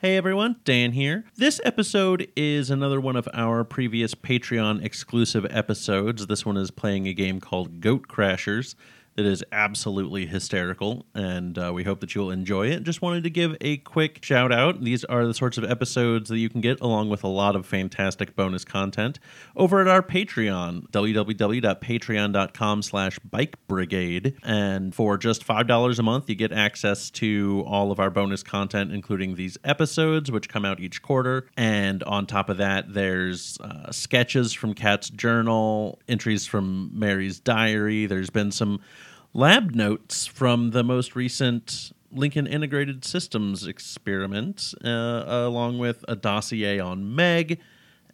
Hey everyone, Dan here. This episode is another one of our previous Patreon exclusive episodes. This one is playing a game called Goat Crashers that is absolutely hysterical, and uh, we hope that you'll enjoy it. Just wanted to give a quick shout out. These are the sorts of episodes that you can get along with a lot of fantastic bonus content over at our Patreon, www.patreon.com slash bike brigade. And for just $5 a month, you get access to all of our bonus content, including these episodes, which come out each quarter. And on top of that, there's uh, sketches from Cat's journal, entries from Mary's diary. There's been some lab notes from the most recent Lincoln Integrated Systems experiment, uh, along with a dossier on Meg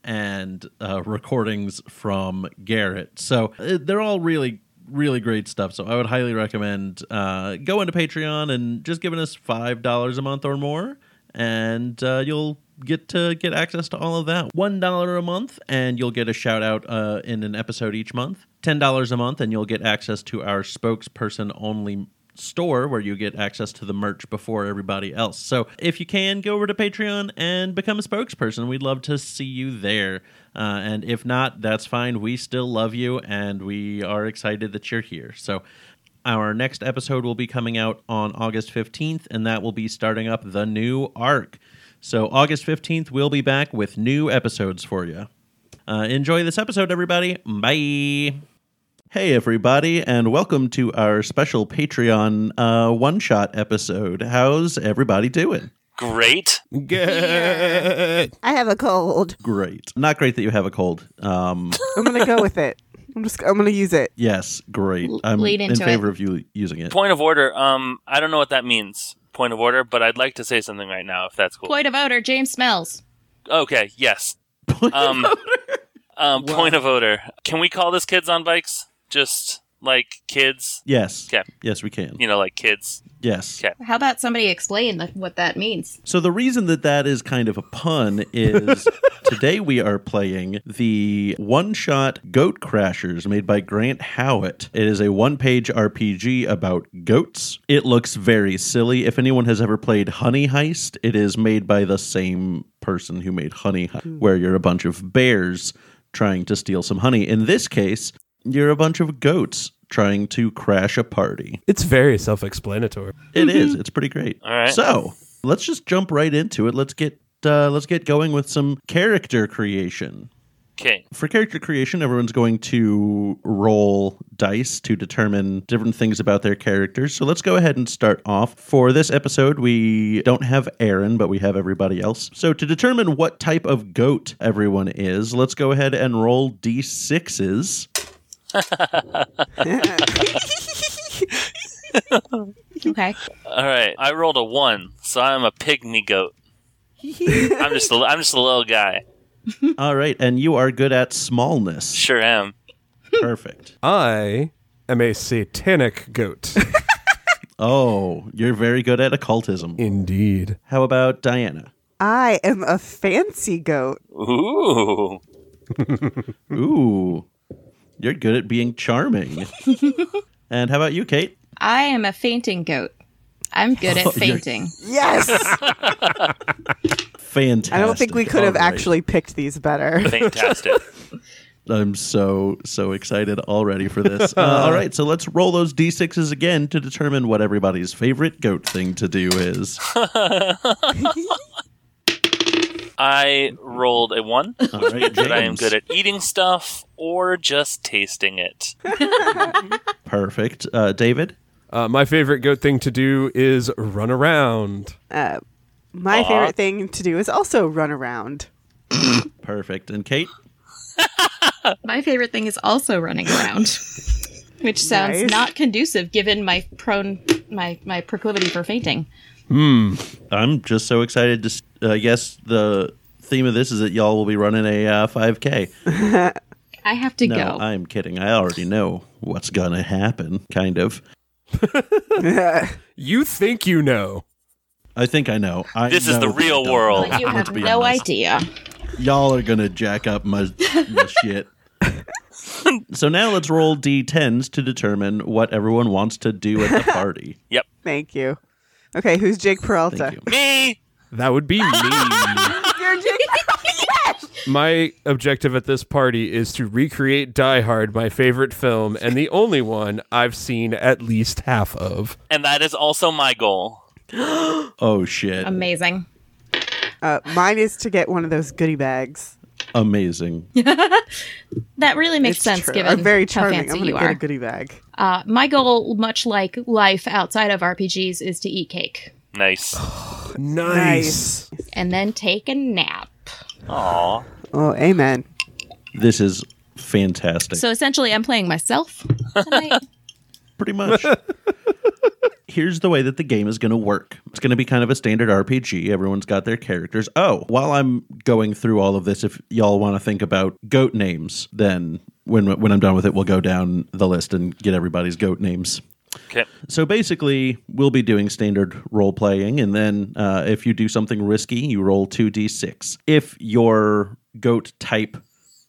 and uh, recordings from Garrett. So uh, they're all really, really great stuff. So I would highly recommend uh, going to Patreon and just giving us five dollars a month or more, and uh, you'll get to get access to all of that. One dollar a month, and you'll get a shout out uh, in an episode each month. Ten dollars a month, and you'll get access to our spokesperson only store where you get access to the merch before everybody else. So if you can, go over to Patreon and become a spokesperson. We'd love to see you there. Uh, and if not, that's fine. We still love you and we are excited that you're here. So our next episode will be coming out on August 15th, and that will be starting up the new arc. So, August 15th, we'll be back with new episodes for you. Uh, enjoy this episode, everybody. Bye. Hey, everybody, and welcome to our special Patreon uh, one shot episode. How's everybody doing? Great. Good. I have a cold. Great. Not great that you have a cold. Um, I'm gonna go with it. I'm just. I'm gonna use it. yes, great. I'm lead in into it. favor of you using it. Point of order. Um, I don't know what that means. Point of order, but I'd like to say something right now, if that's cool. Point of order, James smells. okay. Yes. Um, um, point of order. Can we call this kids on bikes? Just like kids. Yes. Okay. Yes, we can. You know, like kids. Yes. Okay. How about somebody explain the, what that means? So the reason that that is kind of a pun is today we are playing the one-shot Goat Crashers made by Grant Howitt. It is a one-page RPG about goats. It looks very silly. If anyone has ever played Honey Heist, it is made by the same person who made Honey Heist, where you're a bunch of bears trying to steal some honey. In this case, you're a bunch of goats trying to crash a party. It's very self-explanatory. It is. It's pretty great. All right. So let's just jump right into it. Let's get uh, let's get going with some character creation. Okay. For character creation, everyone's going to roll dice to determine different things about their characters. So let's go ahead and start off. For this episode, we don't have Aaron, but we have everybody else. So to determine what type of goat everyone is, let's go ahead and roll d6s. Okay. All right. I rolled a one, so I'm a pygmy goat. I'm just a, I'm just a little guy. All right, and you are good at smallness. Sure am. Perfect. I am a satanic goat. Oh, you're very good at occultism. Indeed. How about Diana? I am a fancy goat. Ooh. Mm-hmm. Ooh, you're good at being charming. and how about you, Kate? I am a fainting goat. I'm good Oh, at fainting. Yes. Fantastic. I don't think we could have All right. actually picked these better. Fantastic. I'm so, so excited already for this. Uh, all right, so let's roll those d6s again to determine what everybody's favorite goat thing to do is. I rolled a one. All right, that I am James. good at eating stuff or just tasting it. Perfect. Uh, David? Uh, my favorite goat thing to do is run around. Uh, my Aw. favorite thing to do is also run around. Perfect. And Kate? My favorite thing is also running around, which sounds Nice. not conducive given my prone my my proclivity for fainting. I'm just so excited to s- uh, guess the theme of this is that y'all will be running a uh, 5K. I have to No, go. I'm kidding. I already know what's going to happen, kind of. You think you know. I think I know. I This is know the that I real don't world. know. but you Let's have be no honest. idea. Y'all are gonna jack up my, my shit. so now let's roll d10s to determine what everyone wants to do at the party. Yep. Thank you. Okay, who's Jake Peralta? Thank you. Me. That would be me. You're yes! My objective at this party is to recreate Die Hard, my favorite film, and the only one I've seen at least half of. And that is also my goal. Oh shit! Amazing. Uh, mine is to get one of those goodie bags. Amazing. That really makes It's sense true. given I'm very how charming. fancy I'm gonna you get are. a goodie bag. Uh, my goal, much like life outside of RPGs, is to eat cake Nice. Nice. and then take a nap. Aw. Oh, amen. This is fantastic. So essentially, I'm playing myself. tonight. pretty much. Here's the way that the game is going to work. It's going to be kind of a standard RPG. Everyone's got their characters. Oh, while I'm going through all of this, if y'all want to think about goat names, then when when I'm done with it, we'll go down the list and get everybody's goat names. Okay. So basically, we'll be doing standard role playing, and then uh, if you do something risky, you roll 2d6. If your goat type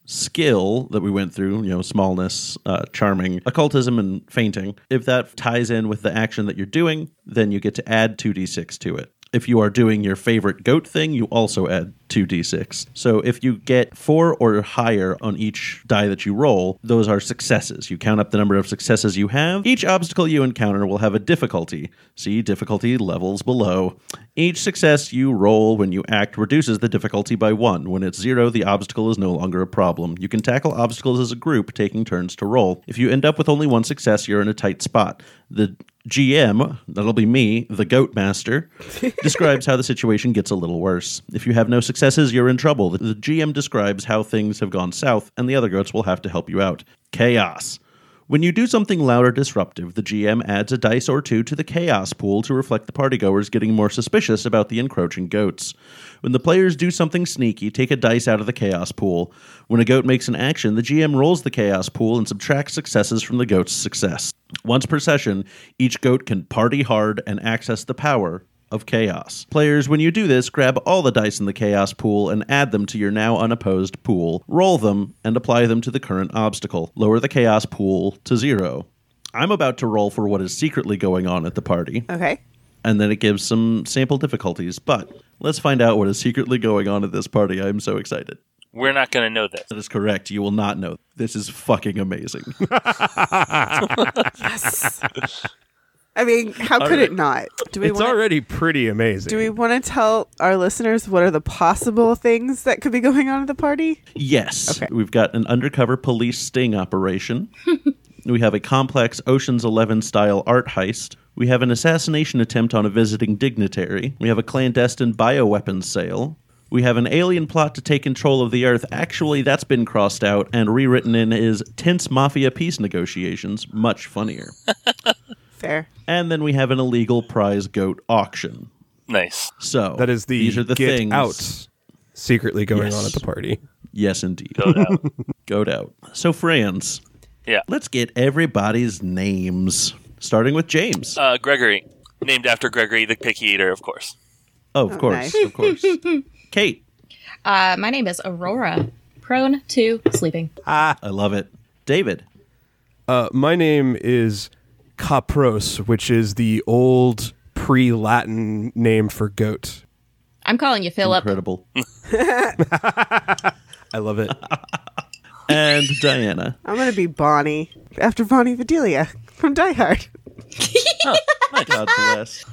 skill that we went through, you know, smallness, uh, charming, occultism, and fainting, if that ties in with the action that you're doing, then you get to add 2d6 to it. If you are doing your favorite goat thing, you also add 2d6. So if you get four or higher on each die that you roll, those are successes. You count up the number of successes you have. Each obstacle you encounter will have a difficulty. See difficulty levels below. Each success you roll when you act reduces the difficulty by one. When it's zero, the obstacle is no longer a problem. You can tackle obstacles as a group, taking turns to roll. If you end up with only one success, you're in a tight spot. The GM, that'll be me, the goat master, describes how the situation gets a little worse. If you have no successes, you're in trouble. The the GM describes how things have gone south, and the other goats will have to help you out. Chaos. When you do something loud or disruptive, the GM adds a dice or two to the chaos pool to reflect the partygoers getting more suspicious about the encroaching goats. When the players do something sneaky, take a dice out of the chaos pool. When a goat makes an action, the GM rolls the chaos pool and subtracts successes from the goat's success. Once per session, each goat can party hard and access the power of chaos. Players, when you do this, grab all the dice in the chaos pool and add them to your now unopposed pool, roll them, and apply them to the current obstacle. Lower the chaos pool to zero. I'm about to roll for what is secretly going on at the party, Okay. and then it gives some sample difficulties, but let's find out what is secretly going on at this party. I'm so excited. We're not going to know this. That is correct. You will not know. This is fucking amazing. Yes. I mean, how could it not? Do we It's want already pretty amazing. Do we want to tell our listeners what are the possible things that could be going on at the party? Yes. Okay. We've got an undercover police sting operation. we have a complex Ocean's Eleven style art heist. We have an assassination attempt on a visiting dignitary. We have a clandestine bioweapons sale. We have an alien plot to take control of the Earth. Actually, that's been crossed out and rewritten in is tense mafia peace negotiations. Much funnier. Fair. and then we have an illegal prize goat auction. Nice. So that is the, these are the get things. out secretly going Yes. on at the party. Yes, indeed. Go down. Goat out. So, Franz, yeah. Let's get everybody's names, starting with James. Uh, Gregory, named after Gregory the Picky Eater, of course. oh, of course, nice. of course. Kate, Uh, my name is Aurora, prone to sleeping. I love it. David, Uh, my name is Capros, which is the old pre-Latin name for goat. I'm calling you Philip. incredible, I love it. and Diana. I'm going to be Bonnie after Bonnie Vidalia from Die Hard. God bless.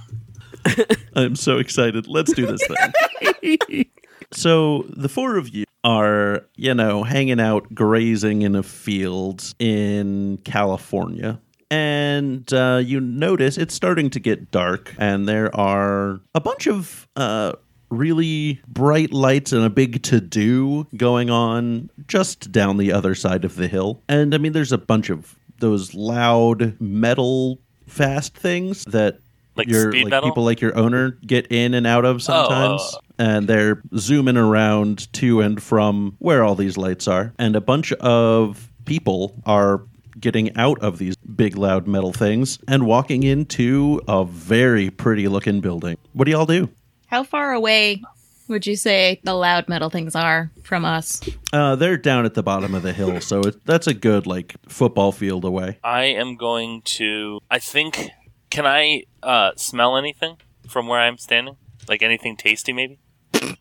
I'm so excited. Let's do this thing. so the four of you are, you know, hanging out, grazing in a field in California. And uh, you notice it's starting to get dark, and there are a bunch of uh, really bright lights and a big to do going on just down the other side of the hill. And I mean, there's a bunch of those loud metal fast things that Like your speed like metal? people like your owner get in and out of sometimes oh. and they're zooming around to and from where all these lights are and a bunch of people are getting out of these big loud metal things and walking into a very pretty looking building what do y'all do How far away would you say the loud metal things are from us? uh, they're down at the bottom of the hill so it, that's a good like football field away I am going to. I think. Can I uh, smell anything from where I'm standing? Like anything tasty, maybe?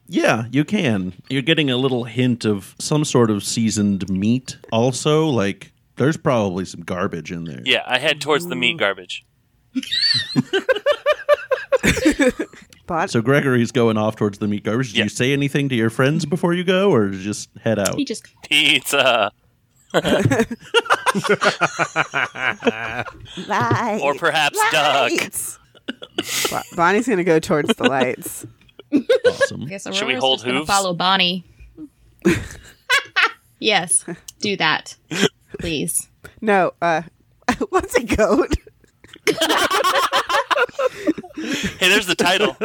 Yeah, you can. You're getting a little hint of some sort of seasoned meat. Also, like there's probably some garbage in there. Yeah, I head towards the meat garbage. But So Gregory's going off towards the meat garbage. Did Yeah. you say anything to your friends before you go, or just head out? He just Pizza. lights, Or perhaps duck. lights. Bo- Bonnie's gonna go towards the lights. Awesome. I guess Should we Aurora's hold just gonna hooves? Follow Bonnie. yes, do that, please. No, uh, what's a goat? Hey, there's the title.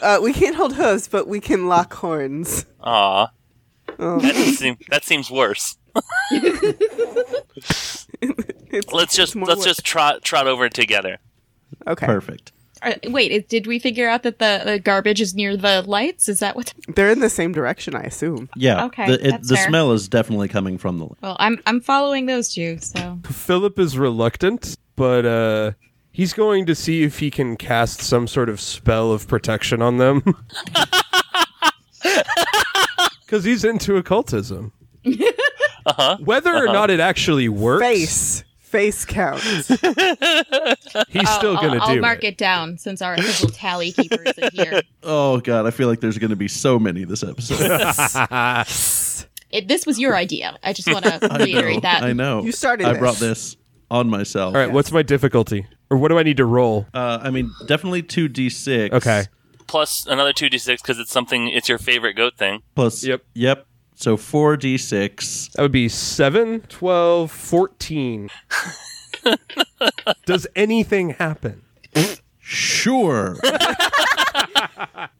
Uh, we can't hold hooves, but we can lock horns. Aw. Oh. That, doesn't seem, that seems worse. It's- Let's it's just more let's work. just trot trot over together. okay. Perfect. Uh, wait, it- did we figure out that the, the garbage is near the lights? Is that what? They're in the same direction, I assume. Yeah. Okay, The, that's the fair. smell is definitely coming from the. Well, I'm I'm following those two. So Philip is reluctant, but uh, he's going to see if he can cast some sort of spell of protection on them. Because he's into occultism. Whether or not it actually works, Face, face count. he's I'll- still going to I'll, do mark it. down since our official tally keeper isn't here. Oh god, I feel like there's going to be so many this episode. It, this was your idea. I just want to reiterate that. I know. You started I this. brought this on myself. All right, what's my difficulty? Or what do I need to roll? Uh, I mean, definitely two d six. Okay. Plus another two d six because it's something. It's your favorite goat thing. Plus. Yep. Yep. So four d six. That would be 7, 12, 14. Does anything happen? Sure.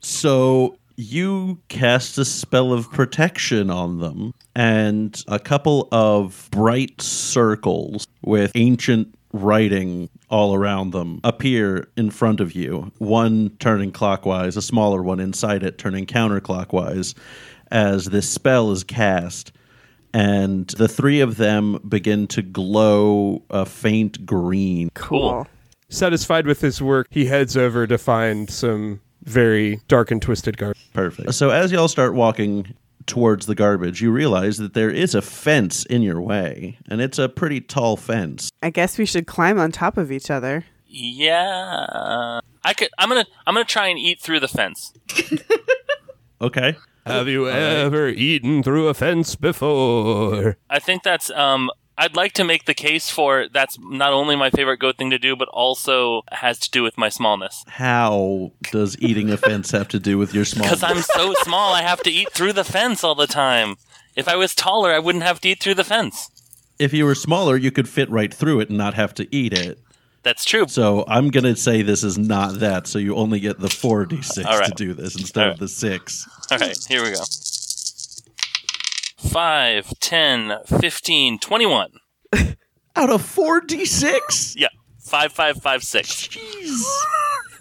so you cast a spell of protection on them, and a couple of bright circles with ancient writing all around them appear in front of you, one turning clockwise, a smaller one inside it turning counterclockwise as this spell is cast. And the three of them begin to glow a faint green. Cool. Satisfied with his work, he heads over to find some very dark and twisted garbage. Perfect. So as y'all start walking towards the garbage, you realize that there is a fence in your way, and it's a pretty tall fence. I guess we should climb on top of each other. Yeah. I could. I'm gonna. I'm gonna try and eat through the fence. Okay. Have you ever eaten through a fence before? I think that's. Um. I'd like to make the case for that's not only my favorite goat thing to do, but also has to do with my smallness. Oh. How does eating a fence have to do with your small? Because I'm so small, I have to eat through the fence all the time. If I was taller, I wouldn't have to eat through the fence. If you were smaller, you could fit right through it and not have to eat it. That's true. So I'm gonna say this is not that. So you only get the four d six All right. to do this instead All of right. the six. All right, here we go. 5, 10, 15, 21. Out of four d six. Yeah, five, five, five, six.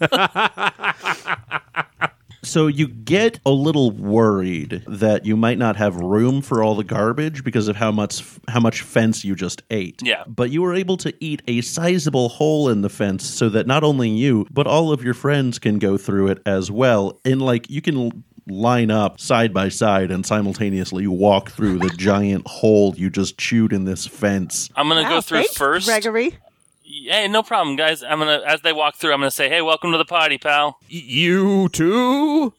So you get a little worried that you might not have room for all the garbage because of how much how much fence you just ate. Yeah. But you were able to eat a sizable hole in the fence so that not only you but all of your friends can go through it as well. And like you can l- line up side by side and simultaneously walk through the giant hole you just chewed in this fence. I'm going to Wow, go through thanks, first. Gregory. Hey, no problem, guys. I'm going to, as they walk through, I'm going to say, hey, welcome to the party, pal. You too?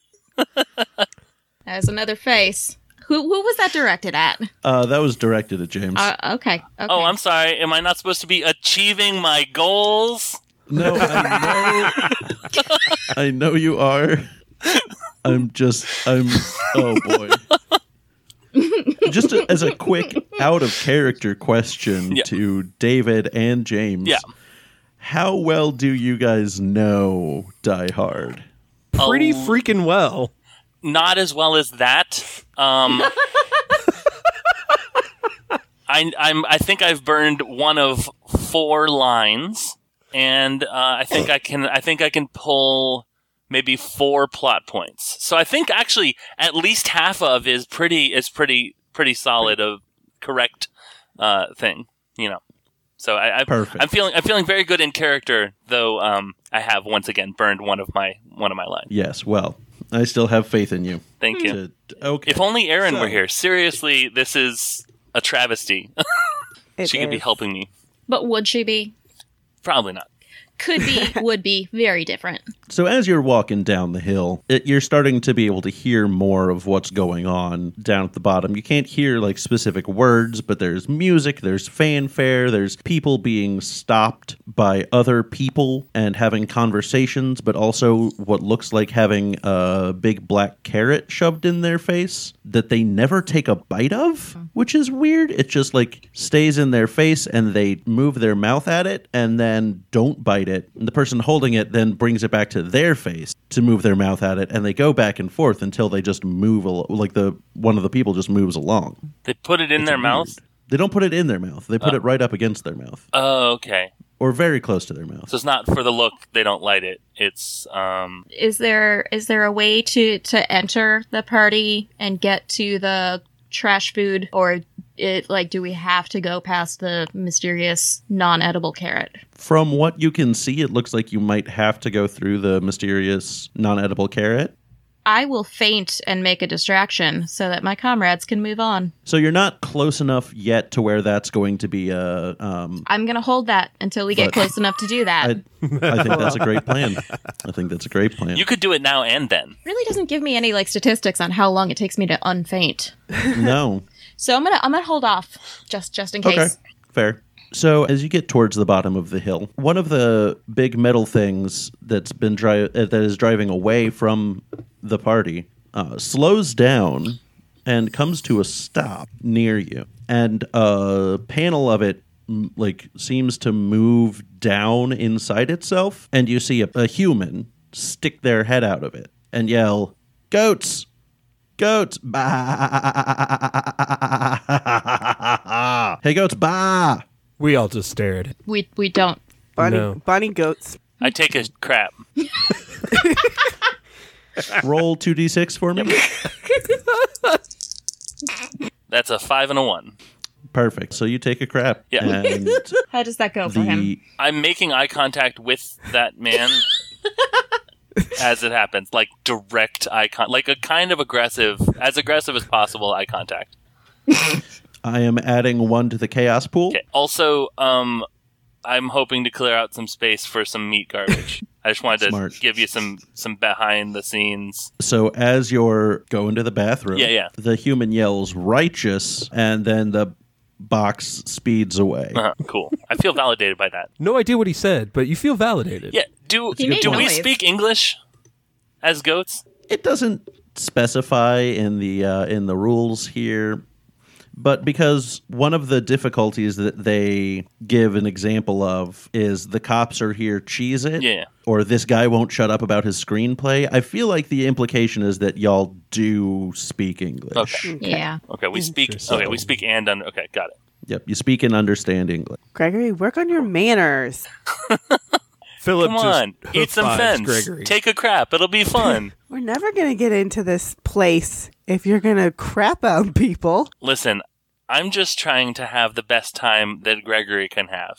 There's another face. Who who was that directed at? Uh, that was directed at James. Uh, okay. Okay. Oh, I'm sorry. Am I not supposed to be achieving my goals? No, I know. I know you are. I'm just. I'm. Oh boy. Just a, as a quick out of character question Yeah. to David and James. Yeah. How well do you guys know Die Hard? Pretty Oh. freaking well. Not as well as that. Um, I, I'm, I think I've burned one of four lines, and uh, I think I can, I think I can pull maybe four plot points. So I think actually at least half of is pretty is pretty pretty solid of correct uh, thing. You know, So I, I Perfect. I'm feeling I'm feeling very good in character, though. Um, I have once again burned one of my one of my lines. Yes. Well, I still have faith in you. Thank you. To- okay. If only Aaron So- were here. Seriously, this is a travesty. It she could be is. helping me. But would she be? Probably not. Could be, would be, very different. So as you're walking down the hill, it, you're starting to be able to hear more of what's going on down at the bottom. You can't hear like specific words, but there's music, there's fanfare, there's people being stopped by other people and having conversations, but also what looks like having a big black carrot shoved in their face that they never take a bite of, which is weird. It just like stays in their face and they move their mouth at it and then don't bite it. And the person holding it then brings it back to their face to move their mouth at it and they go back and forth until they just move al- like the one of the people just moves along. They put it in their mouth. They don't put it in their mouth. They put it right up against their mouth Oh, okay. or very close to their mouth. So it's not for the look. They don't light it. It's um. Is there is there a way to to enter the party and get to the trash food or it like do we have to go past the mysterious non-edible carrot? From what you can see, it looks like you might have to go through the mysterious non-edible carrot. I will faint and make a distraction so that my comrades can move on. So you're not close enough yet to where that's going to be a. Um, I'm going to hold that until we get But- close enough to do that. I, I think that's a great plan. I think that's a great plan. You could do it now and then. really doesn't give me any like statistics on how long it takes me to unfaint. no, So I'm going to I'm going to hold off just just in case. Okay, fair. So as you get towards the bottom of the hill, one of the big metal things that's been dri- uh, that is driving away from the party uh, slows down and comes to a stop near you, and a panel of it m- like seems to move down inside itself, and you see a, a human stick their head out of it and yell, "Goats!" Goats, bah. Hey, goats, bah. We all just stared. We we don't Bonnie, No. Bonnie goats. I take a crap. Roll 2d6 for me. That's a five and a one. Perfect. So you take a crap. Yeah. And How does that go for him? the, I'm making eye contact with that man as it happens, like direct eye con, like a kind of aggressive, as aggressive as possible eye contact. I am adding one to the chaos pool. Okay. Also, um, I'm hoping to clear out some space for some meat garbage. I just wanted to Smart. give you some some behind the scenes. So as you're going to the bathroom, Yeah, yeah. the human yells righteous, and then the box speeds away. Uh-huh, cool. I feel validated by that. No idea what he said, but you feel validated. Yeah. Do He made do we noise. speak English as goats? it doesn't specify in the uh, in the rules here but because one of the difficulties that they give an example of is the cops are here cheese it Yeah. or this guy won't shut up about his screenplay i feel like the implication is that y'all do speak english Okay. Hmm. Yeah. Okay. We speak. Interesting. Okay. We speak and un- okay. Got it. yep you speak and understand english Gregory, work on your manners. Philip Come just on, eat some high-fives fence. Gregory. Take a crap. It'll be fun. We're never going to get into this place if you're going to crap on people. Listen, I'm just trying to have the best time that Gregory can have.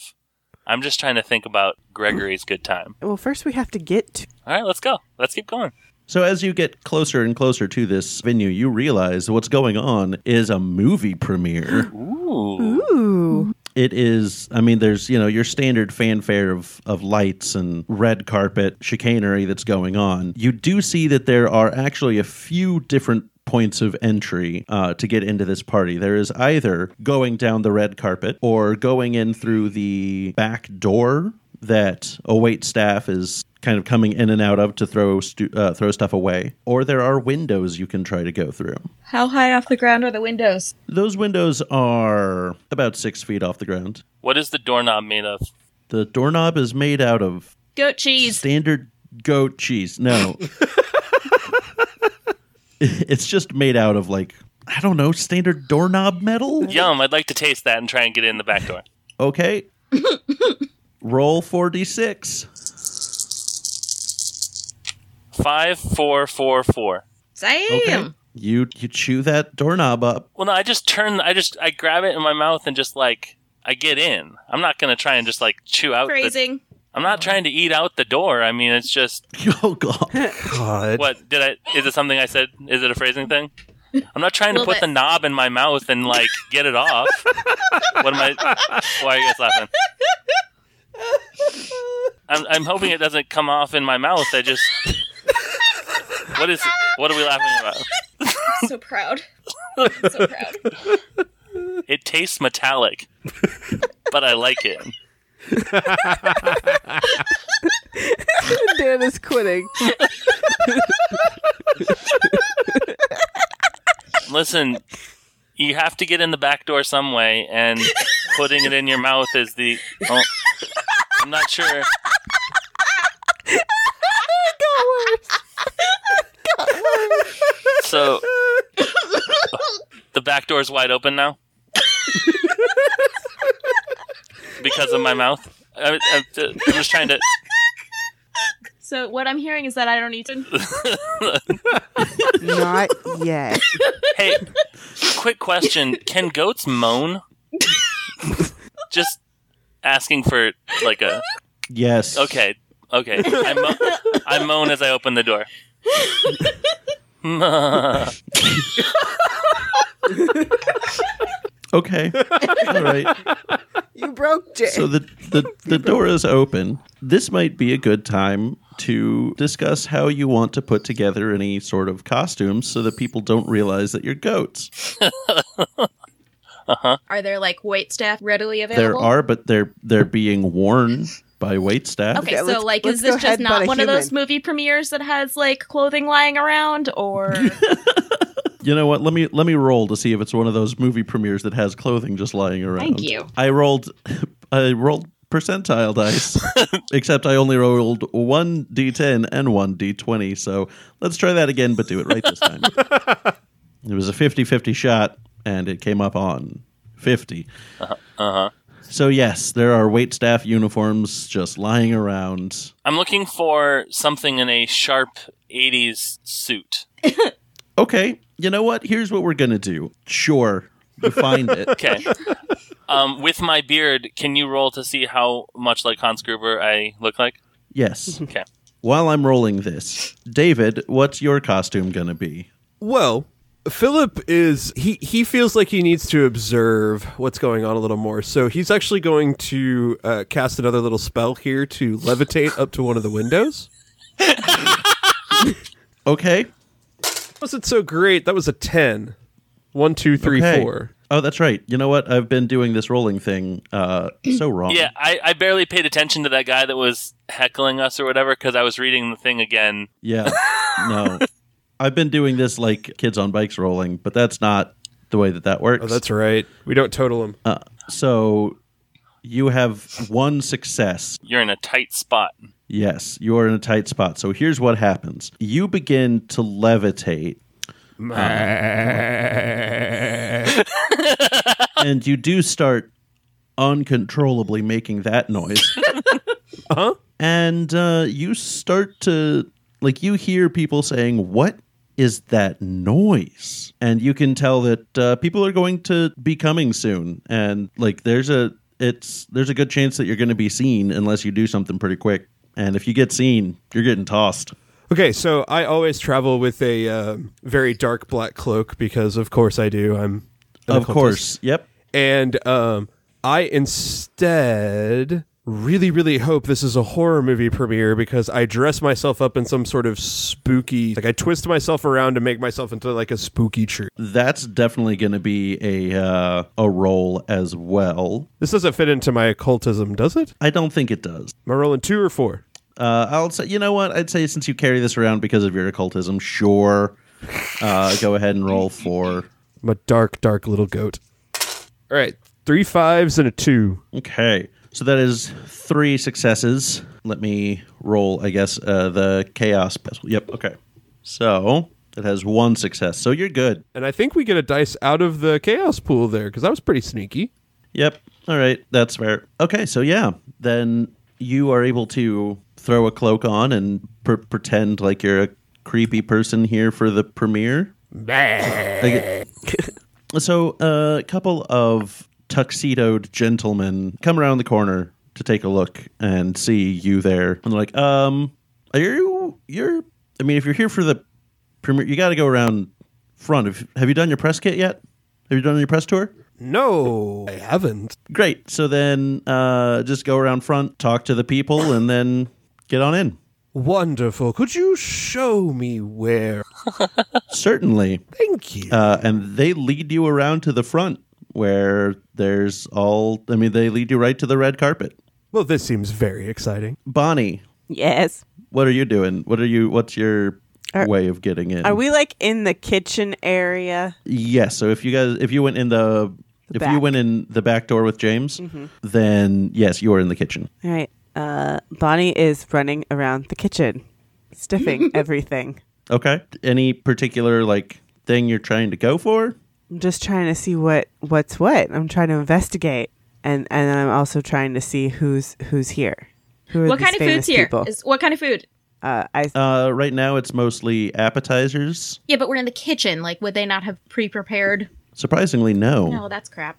I'm just trying to think about Gregory's good time. Well, first we have to get to. All right, let's go. Let's keep going. so as you get closer and closer to this venue you realize what's going on is a movie premiere Ooh. Ooh. it is i mean there's you know your standard fanfare of of lights and red carpet chicanery that's going on you do see that there are actually a few different points of entry uh, to get into this party there is either going down the red carpet or going in through the back door that a wait staff is kind of coming in and out of to throw stu- uh, throw stuff away or there are windows you can try to go through How high off the ground are the windows? those windows are about six feet off the ground What is the doorknob made of? the doorknob is made out of Goat cheese. standard goat cheese. No. it's just made out of like I don't know, standard doorknob metal? Yum, I'd like to taste that and try and get in the back door. Okay. Roll 4d6. Five, four, four, four. Damn. Okay. You you chew that doorknob up. Well, no, I just turn, I just, I grab it in my mouth and just like, I get in. I'm not going to try and just like chew out. the- Phrasing. I'm not trying to eat out the door. I mean, it's just Oh God. God. what did I? Is it something I said? Is it a phrasing thing? I'm not trying to Little put the bit. knob in my mouth and like get it off. what am I? Why are you guys laughing? I'm, I'm hoping it doesn't come off in my mouth. I just. What is? What are we laughing about? so proud. I'm so proud. It tastes metallic, but I like it. Dan is quitting. Listen, you have to get in the back door some way, and putting it in your mouth is the. Oh, I'm not sure. So the back door's wide open now because of my mouth. I, I, I'm just trying to. So what I'm hearing is that I don't need to. Not yet. Hey, quick question: Can goats moan? Just asking for like a Yes. okay, okay. I, mo- I moan as I open the door. Okay. All right. You broke Jay. So the the, the door is open. This might be a good time to discuss how you want to put together any sort of costumes so that people don't realize that you're goats. Are there like wait staff readily There available? are, but they're they're being worn by waitstaff. Okay, Yeah, so let's- like, let's is go this just headbutt not a one of those human. movie premieres that has like clothing lying around, or You know what? Let me let me roll to see if it's one of those movie premieres that has clothing just lying around. Thank you. I rolled I rolled percentile dice. except I only rolled one D ten and one D twenty. So let's try that again, but do it right this time. it was a 50-50 shot and it came up on 50. Uh-huh. So yes, there are wait staff uniforms just lying around. I'm looking for something in a sharp 80s suit. Okay, you know what? Here's what we're gonna do. Sure, you find it. Okay. um, with my beard, can you roll to see how much like Hans Gruber I look like? Yes. Okay. While I'm rolling this, David, what's your costume gonna be? Well, Philip is he he feels like he needs to observe what's going on a little more. So he's actually going to uh, cast another little spell here to levitate up to one of the windows. Okay. Wasn't so great. That was a 10. One, two, three, Okay. four. Oh, that's right. You know what? I've been doing this rolling thing uh, so wrong. Yeah, I, I barely paid attention to that guy that was heckling us or whatever because I was reading the thing again. Yeah. No. I've been doing this like kids on bikes rolling, but that's not the way that that works. Oh, that's right. We don't total him. Uh. so you have one success You're in a tight spot. Yes, you are in a tight spot. So here's what happens you begin to levitate. Um, and you do start uncontrollably making that noise. uh-huh. And uh, you start to, like, you hear people saying, What is that noise? And you can tell that uh, people are going to be coming soon. And, like, there's a. It's there's a good chance that you're going to be seen unless you do something pretty quick. And if you get seen, you're getting tossed. Okay, so I always travel with a um, very dark black cloak because, of course, I do. I'm an Of occultist. course. Yep. and um, I instead really, really hope this is a horror movie premiere because I dress myself up in some sort of spooky. Like I twist myself around to make myself into like a spooky tree. That's definitely going to be a uh, a role as well. This doesn't fit into my occultism, does it? I don't think it does. Am I rolling two or four? Uh, I'll say, you know what? I'd say since you carry this around because of your occultism, sure. Uh, go ahead and roll for. I'm a dark, dark little goat. All right, three fives and a two. Okay, so that is three successes. Let me roll. I guess uh, the chaos. Yep. Okay. So that has one success. So you're good. And I think we get a dice out of the chaos pool there because that was pretty sneaky. Yep. All right. That's fair. Okay. So, yeah, then you are able to throw a cloak on and pre- pretend like you're a creepy person here for the premiere. I get- so, a uh, couple of tuxedoed gentlemen come around the corner to take a look and see you there. And they're like, um, are you, you're, I mean, if you're here for the premiere, you got to go around front. Have, have you done your press kit yet? Have you done your press tour? No, I haven't. Great. So then uh, just go around front, talk to the people, and then get on in. Wonderful. Could you show me where? Certainly. Thank you. Uh, and they lead you around to the front where there's all, I mean, they lead you right to the red carpet. well, this seems very exciting. Bonnie, Yes. what are you doing? What are you, what's your way of getting in? Are we like in the kitchen area? Yes. So if you guys, if you went in the, if you back. Mm-hmm. went in the back door with James, then yes, you are in the kitchen. All right. Uh, Bonnie is running around the kitchen, sniffing everything. Okay. Any particular like thing you're trying to go for? I'm just trying to see what what's what. I'm trying to investigate, and and I'm also trying to see who's who's here. Who are What these kind of famous food's here? people? Is what kind of food? uh, I Uh, right now, it's mostly appetizers. Yeah, but we're in the kitchen. Like, would they not have pre prepared? Surprisingly, no. No, that's crap.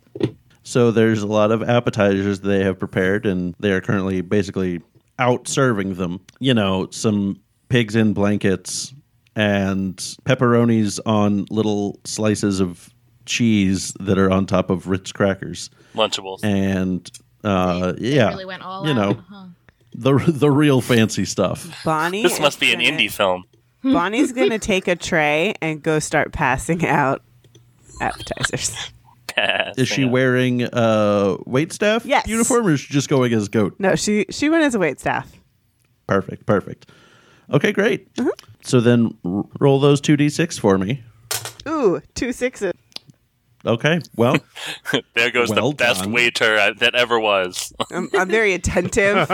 So there's a lot of appetizers they have prepared, and they are currently basically out serving them. You know, some pigs in blankets and pepperonis on little slices of cheese that are on top of Ritz crackers, Lunchables. and uh, yeah, Really went all you out. know Uh-huh. the the real fancy stuff. Bonnie. This must is be an gonna- indie film. Bonnie's gonna take a tray and go start passing out appetizers. Is she wearing uh, waitstaff Yes. uniform, or is she just going as goat? No, she she went as a wait staff. Perfect, perfect. Okay, great. Mm-hmm. So then r- roll those two d6 for me. Ooh, two sixes. Okay, well, there goes Well the best done. waiter I, that ever was. I'm, I'm very attentive.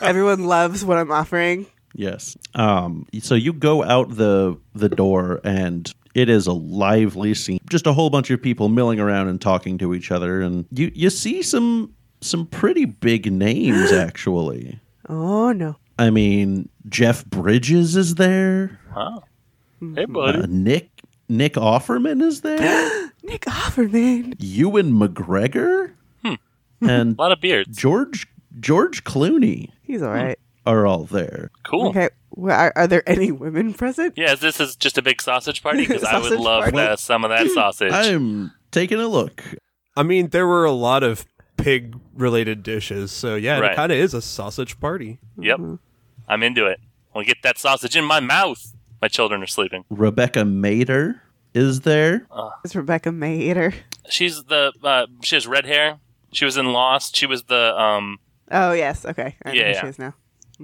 Everyone loves what I'm offering. yes. Um, so you go out the the door, and it is a lively scene. Just a whole bunch of people milling around and talking to each other, and you you see some some pretty big names actually. Oh no. I mean, Jeff Bridges is there. hey, buddy. Uh, Nick Nick Offerman is there. Nick Offerman. Ewan McGregor and a lot of beards. George George Clooney He's all right. are all there. Cool. Okay. Well, are, are there any women present? Oh. Yeah, is this is just a big sausage party? Because I would Sausage love party. uh, some of Hmm. that sausage. I'm taking a look. I mean, there were a lot of pig related dishes, so yeah, Right. it kind of is a sausage party. Yep. Mm-hmm. I'm into it. I'll get that sausage in my mouth. My children are sleeping. Rebecca Mater is there. It's Rebecca Mater. She's the uh, she has red hair. She was in Lost. She was the um. Oh yes. Okay. I know Yeah, who yeah. she is now.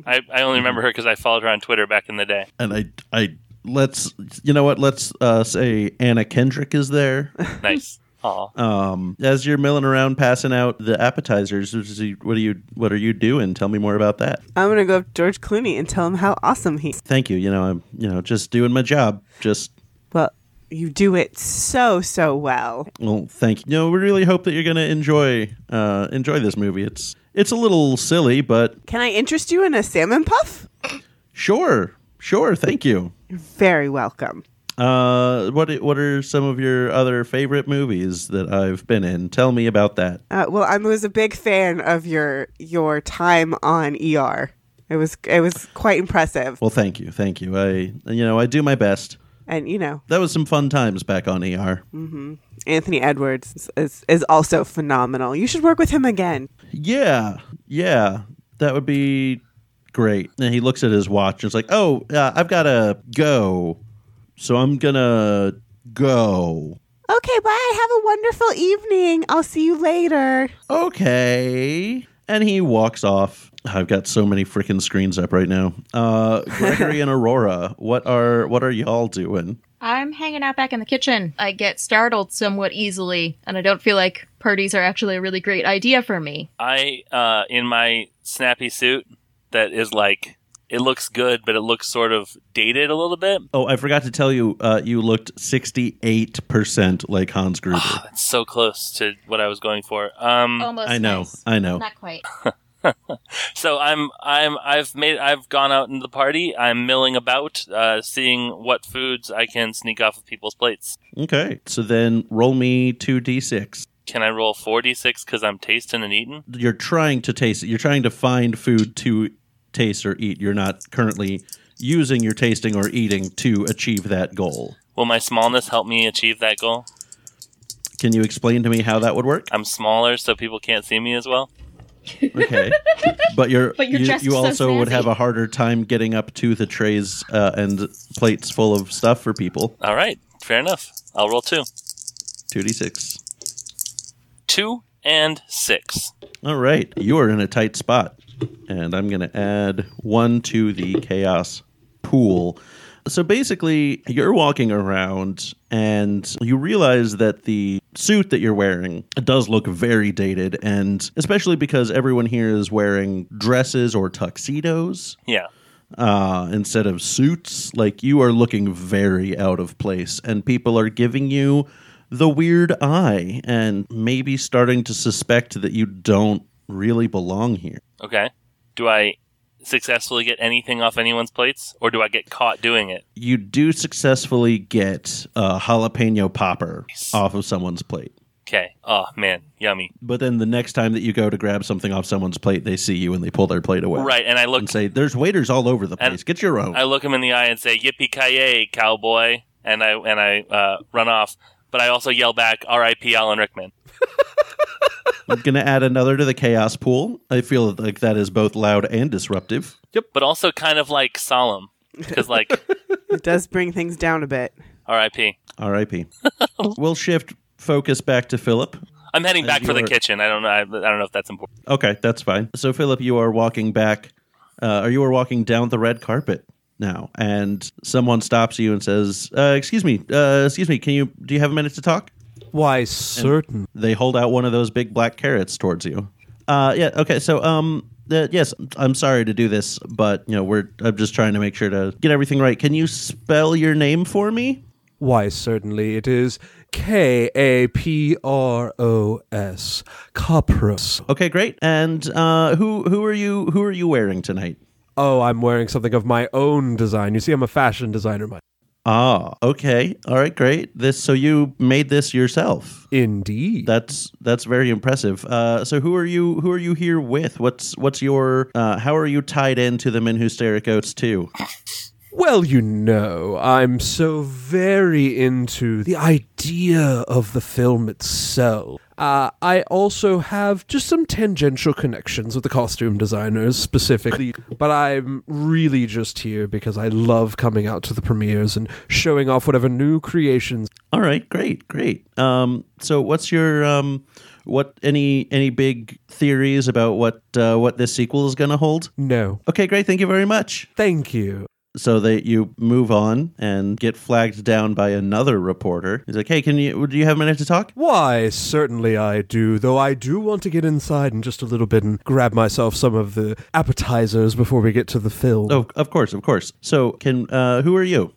I, I Mm-hmm. only remember her because I followed her on Twitter back in the day. and I, I let's you know what let's uh, say Anna Kendrick is there. Nice. Aw. Um, as you're milling around passing out the appetizers, what is he- what are you what are you doing? Tell me more about that. I'm gonna go up to George Clooney and tell him how awesome he. Thank you. You know I'm you know just doing my job. Just Well, you do it so so well. well, thank you. You know we really hope that you're gonna enjoy uh, enjoy this movie. It's it's a little silly, but Can I interest you in a salmon puff? sure, sure. Thank you. Very welcome. Uh, what what are some of your other favorite movies that I've been in? Tell me about that. Uh, well, I was a big fan of your your time on ER. It was it was quite impressive, Well, thank you, thank you. I, you know, I do my best. and you know That was some fun times back on ER. Anthony Edwards is, is, is also phenomenal. You should work with him again. Yeah, yeah, that would be great. And he looks at his watch and is like, "Oh, uh, I've got to go, so I'm gonna go." Okay, bye. Have a wonderful evening. I'll see you later. Okay, and he walks off. I've got so many freaking screens up right now. Uh, Gregory and Aurora, what are what are y'all doing? I'm hanging out back in the kitchen. I get startled somewhat easily, and I don't feel like parties are actually a really great idea for me. I uh, in my snappy suit that is like it looks good, but it looks sort of dated a little bit. Oh, I forgot to tell you, uh, you looked 68% like Hans Gruber. Oh, That's so close to what I was going for. Um, Almost. Mm, I know, nice. I know. Not quite. so I'm I'm I've made I've gone out into the party. I'm milling about, uh, seeing what foods I can sneak off of people's plates. Okay. So then roll me 2d6. Can I roll 46 because I'm tasting and eating? You're trying to taste it. You're trying to find food to taste or eat. You're not currently using your tasting or eating to achieve that goal. Will my smallness help me achieve that goal? Can you explain to me how that would work? I'm smaller, so people can't see me as well. Okay. But you're, But you're you, just you so also would snazzy. have a harder time getting up to the trays uh, and plates full of stuff for people. All right, fair enough. I'll roll two. 2d6. Two and six. All right. You are in a tight spot. And I'm going to add one to the chaos pool. So basically, you're walking around and you realize that the suit that you're wearing does look very dated. And especially because everyone here is wearing dresses or tuxedos Yeah. uh, instead of suits, like you are looking very out of place. And people are giving you the weird eye and maybe starting to suspect that you don't really belong here. Okay. Do I successfully get anything off anyone's plates, or do I get caught doing it? you do successfully get a jalapeno popper off of someone's plate. Okay. Oh man, yummy. But then the next time that you go to grab something off someone's plate, they see you and they pull their plate away. Right, and I look, And say, there's waiters all over the And- place. get your own. I look him in the eye and say, "Yippee ki yay, cowboy!" And I and I uh, run off. But I also yell back, "R.I.P. Alan Rickman." I'm going to add another to the chaos pool. I feel like that is both loud and disruptive. But also kind of like solemn, because like It does bring things down a bit. R.I.P. R.I.P. we'll shift focus back to Philip. I'm heading As back you for the are- kitchen. I don't know. I, I don't know if that's important. Okay, that's fine. So, Philip, you are walking back, uh, or you are walking down the red carpet now, and someone stops you and says, uh, "Excuse me, uh, excuse me. Can you do you have a minute to talk?" Why, certain. They hold out one of those big black carrots towards you. Uh, yeah. Okay. So, um, uh, yes, I'm sorry to do this, but you know, we're I'm just trying to make sure to get everything right. Can you spell your name for me? Why, certainly it is K A P R O S. Capros. Okay, great. And uh, who who are you? Who are you wearing tonight? Oh, I'm wearing something of my own design. You see, I'm a fashion designer, my. Ah, okay. All right, great. This so you made this yourself. Indeed. That's that's very impressive. Uh, so who are you who are you here with? What's what's your uh, how are you tied into the Men Who Stare at Goats too? Well, you know, I'm so very into the idea of the film itself. Uh, I also have just some tangential connections with the costume designers specifically, but I'm really just here because I love coming out to the premieres and showing off whatever new creations. All right, great, great. Um, so what's your um, what any any big theories about what uh, what this sequel is going to hold? No. Okay, great. Thank you very much. Thank you. So that you move on and get flagged down by another reporter. He's like, "Hey, can you do you have a minute to talk?" Why, certainly I do, though I do want to get inside in just a little bit and grab myself some of the appetizers before we get to the film. Oh, of course, of course. So, can uh, who are you?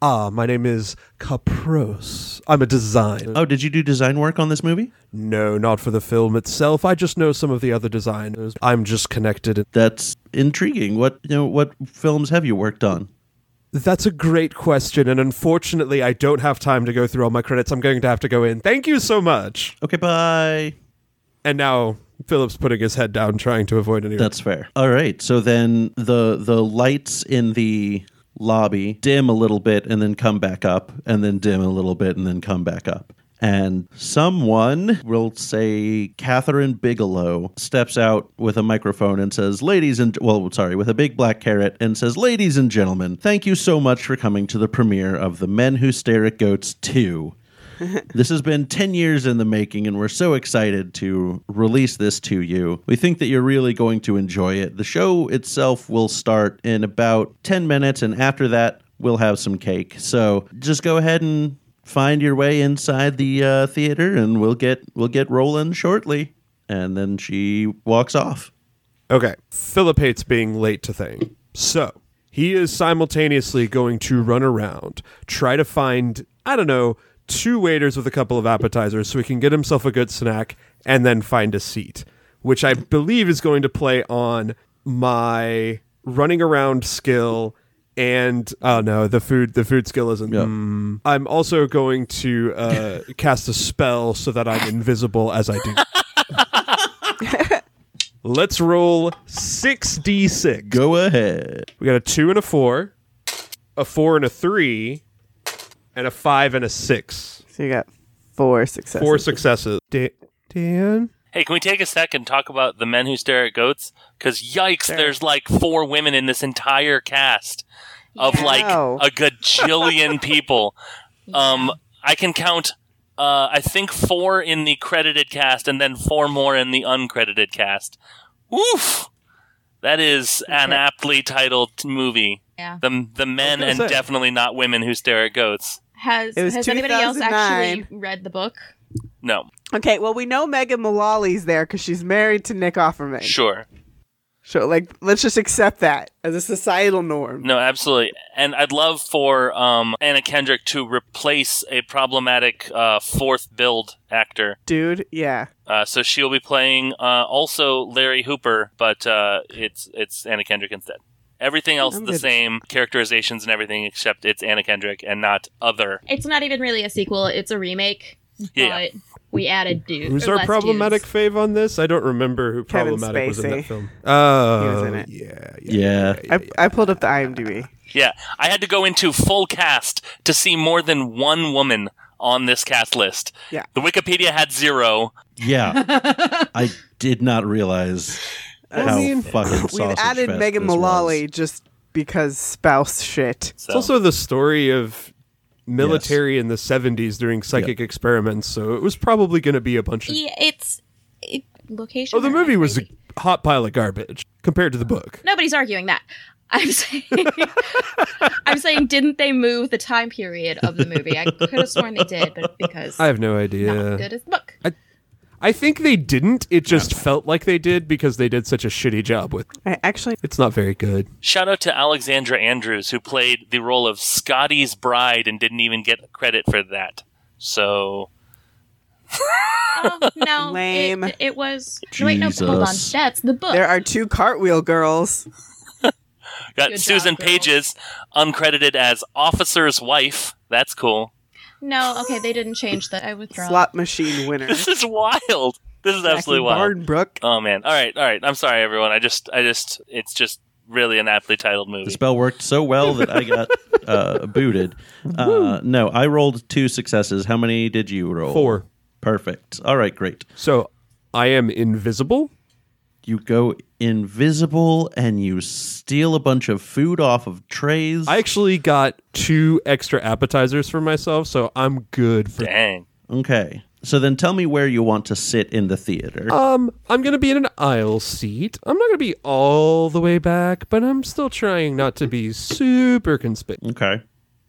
Ah, my name is Capros. I'm a designer. Oh, did you do design work on this movie? no, not for the film itself. I just know some of the other designers. I'm just connected. That's intriguing. What you know? What films have you worked on? That's a great question, and unfortunately, I don't have time to go through all my credits. I'm going to have to go in. Thank you so much. Okay, bye. And now Philip's putting his head down, trying to avoid any. That's fair. All right. So then the the lights in the lobby dim a little bit and then come back up and then dim a little bit and then come back up. And someone, we'll say Catherine Bigelow, steps out with a microphone and says, Ladies and, well, sorry, with a big black carrot and says, Ladies and gentlemen, thank you so much for coming to the premiere of The Men Who Stare at Goats 2. This has been 10 years in the making, and we're so excited to release this to you. We think that you're really going to enjoy it. The show itself will start in about 10 minutes, and after that, we'll have some cake. So just go ahead and find your way inside the uh, theater, and we'll get we'll get rolling shortly. And then she walks off. Okay. Philip hates being late to things. So he is simultaneously going to run around, try to find, I don't know, two waiters with a couple of appetizers so he can get himself a good snack and then find a seat, which I believe is going to play on my running around skill and oh no, the food the food skill isn't. Yeah. Mm. I'm also going to uh, cast a spell so that I'm invisible as I do. Let's roll six d six. Go ahead. We got a two and a four, a four and a three, and a five and a six. So you got four successes. Four successes. Da- Dan, Hey, can we take a sec and talk about the men who stare at goats? Because yikes, there's like four women in this entire cast of like Wow. a gajillion people. Um, I can count, uh, I think four in the credited cast and then four more in the uncredited cast. Woof! That is an aptly titled movie. Yeah. The, the men gonna and say. definitely not women who stare at goats. Has It was has anybody else 2009. actually read the book? No, Okay, well we know Megan Mullally's there because she's married to Nick Offerman. sure. So like, let's just accept that as a societal norm. No, absolutely. And I'd love for um, Anna Kendrick to replace a problematic uh, fourth build actor. Dude, yeah. Uh, so she'll be playing uh, also Larry Hooper, but uh, it's it's Anna Kendrick instead. Everything else I'm the Oh, good. same characterizations and everything except it's Anna Kendrick and not other. It's not even really a sequel. It's a remake. Yeah. But we added dudes. who's or our less problematic dudes. fave on this? I don't remember who Kevin problematic was in Spacey. that film. Oh, was in it. yeah, yeah. Yeah. I, I pulled up the IMDb. Yeah, I had to go into full cast to see more than one woman on this cast list. Yeah. The Wikipedia had zero. Yeah. I did not realize I how mean, fucking We've sausage added fest Megan this was. Mullally just because spouse shit. So. It's also the story of military in the 70s doing psychic experiments, so it was probably going to be a bunch of. Yeah, it's it, location. Oh, the or movie was a crazy. hot pile of garbage compared to the book. Nobody's arguing that. I'm saying, I'm saying, didn't they move the time period of the movie? I could have sworn they did, but because I have no not idea. good as the book. I think they didn't. It just felt like they did because they did such a shitty job with. I actually It's not very good. Shout out to Alexandra Andrews, who played the role of Scotty's bride and didn't even get credit for that. So, Oh, no, Lame. It, it was. no, Wait, no, hold on. Jesus. That's the book. there are two cartwheel girls. got Good job, Susan girl. Pages uncredited as officer's wife. That's cool. no, okay, they didn't change that. I withdraw. Slot machine winner. This is wild. This is absolutely wild. Barnbrook. Oh man. All right, all right. I'm sorry, everyone. I just, I just, it's just really an aptly titled The movie. spell worked so well that I got uh, booted. Uh, no, I rolled two successes. How many did you roll? Four. Perfect. All right, great. So I am invisible. You go invisible and you steal a bunch of food off of trays. I actually got two extra appetizers for myself, so I'm good for. Dang. okay. So then tell me where you want to sit in the theater. Um, I'm gonna be in an aisle seat. I'm not gonna be all the way back, but I'm still trying not to be super conspicuous. okay.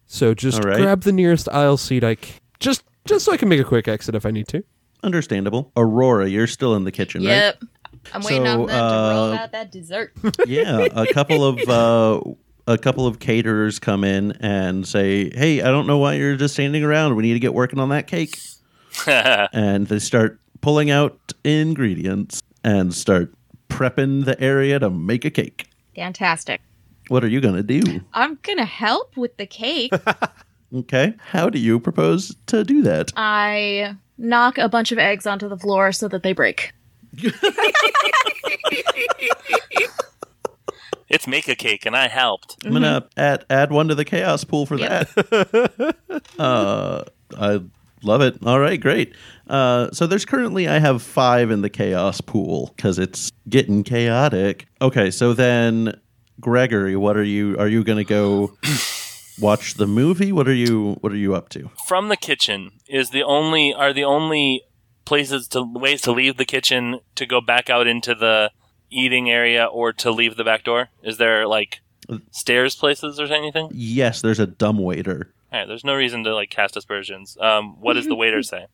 So just All right. grab the nearest aisle seat I c- just just so I can make a quick exit if I need to. Understandable. Aurora, you're still in the kitchen, right? Yep. I'm waiting So, on them to roll uh, out that dessert. yeah, a couple of uh, a couple of caterers come in and say, "Hey, I don't know why you're just standing around. We need to get working on that cake." and they start pulling out ingredients and start prepping the area to make a cake. Fantastic. What are you gonna do? I'm gonna help with the cake. Okay, how do you propose to do that? I knock a bunch of eggs onto the floor so that they break. It's make a cake, and I helped. I'm gonna add add one to the chaos pool for that. uh, I love it. All right, great. Uh, so there's currently I have five in the chaos pool because it's getting chaotic. Okay, so then Gregory, what are you? Are you gonna go watch the movie? What are you? What are you up to? From the kitchen is the only are the only places to ways to leave the kitchen to go back out into the eating area or to leave the back door. Is there like stairs places or anything? Yes, there's a dumb waiter. All right, there's no reason to like cast aspersions. Um, what does the waiter say?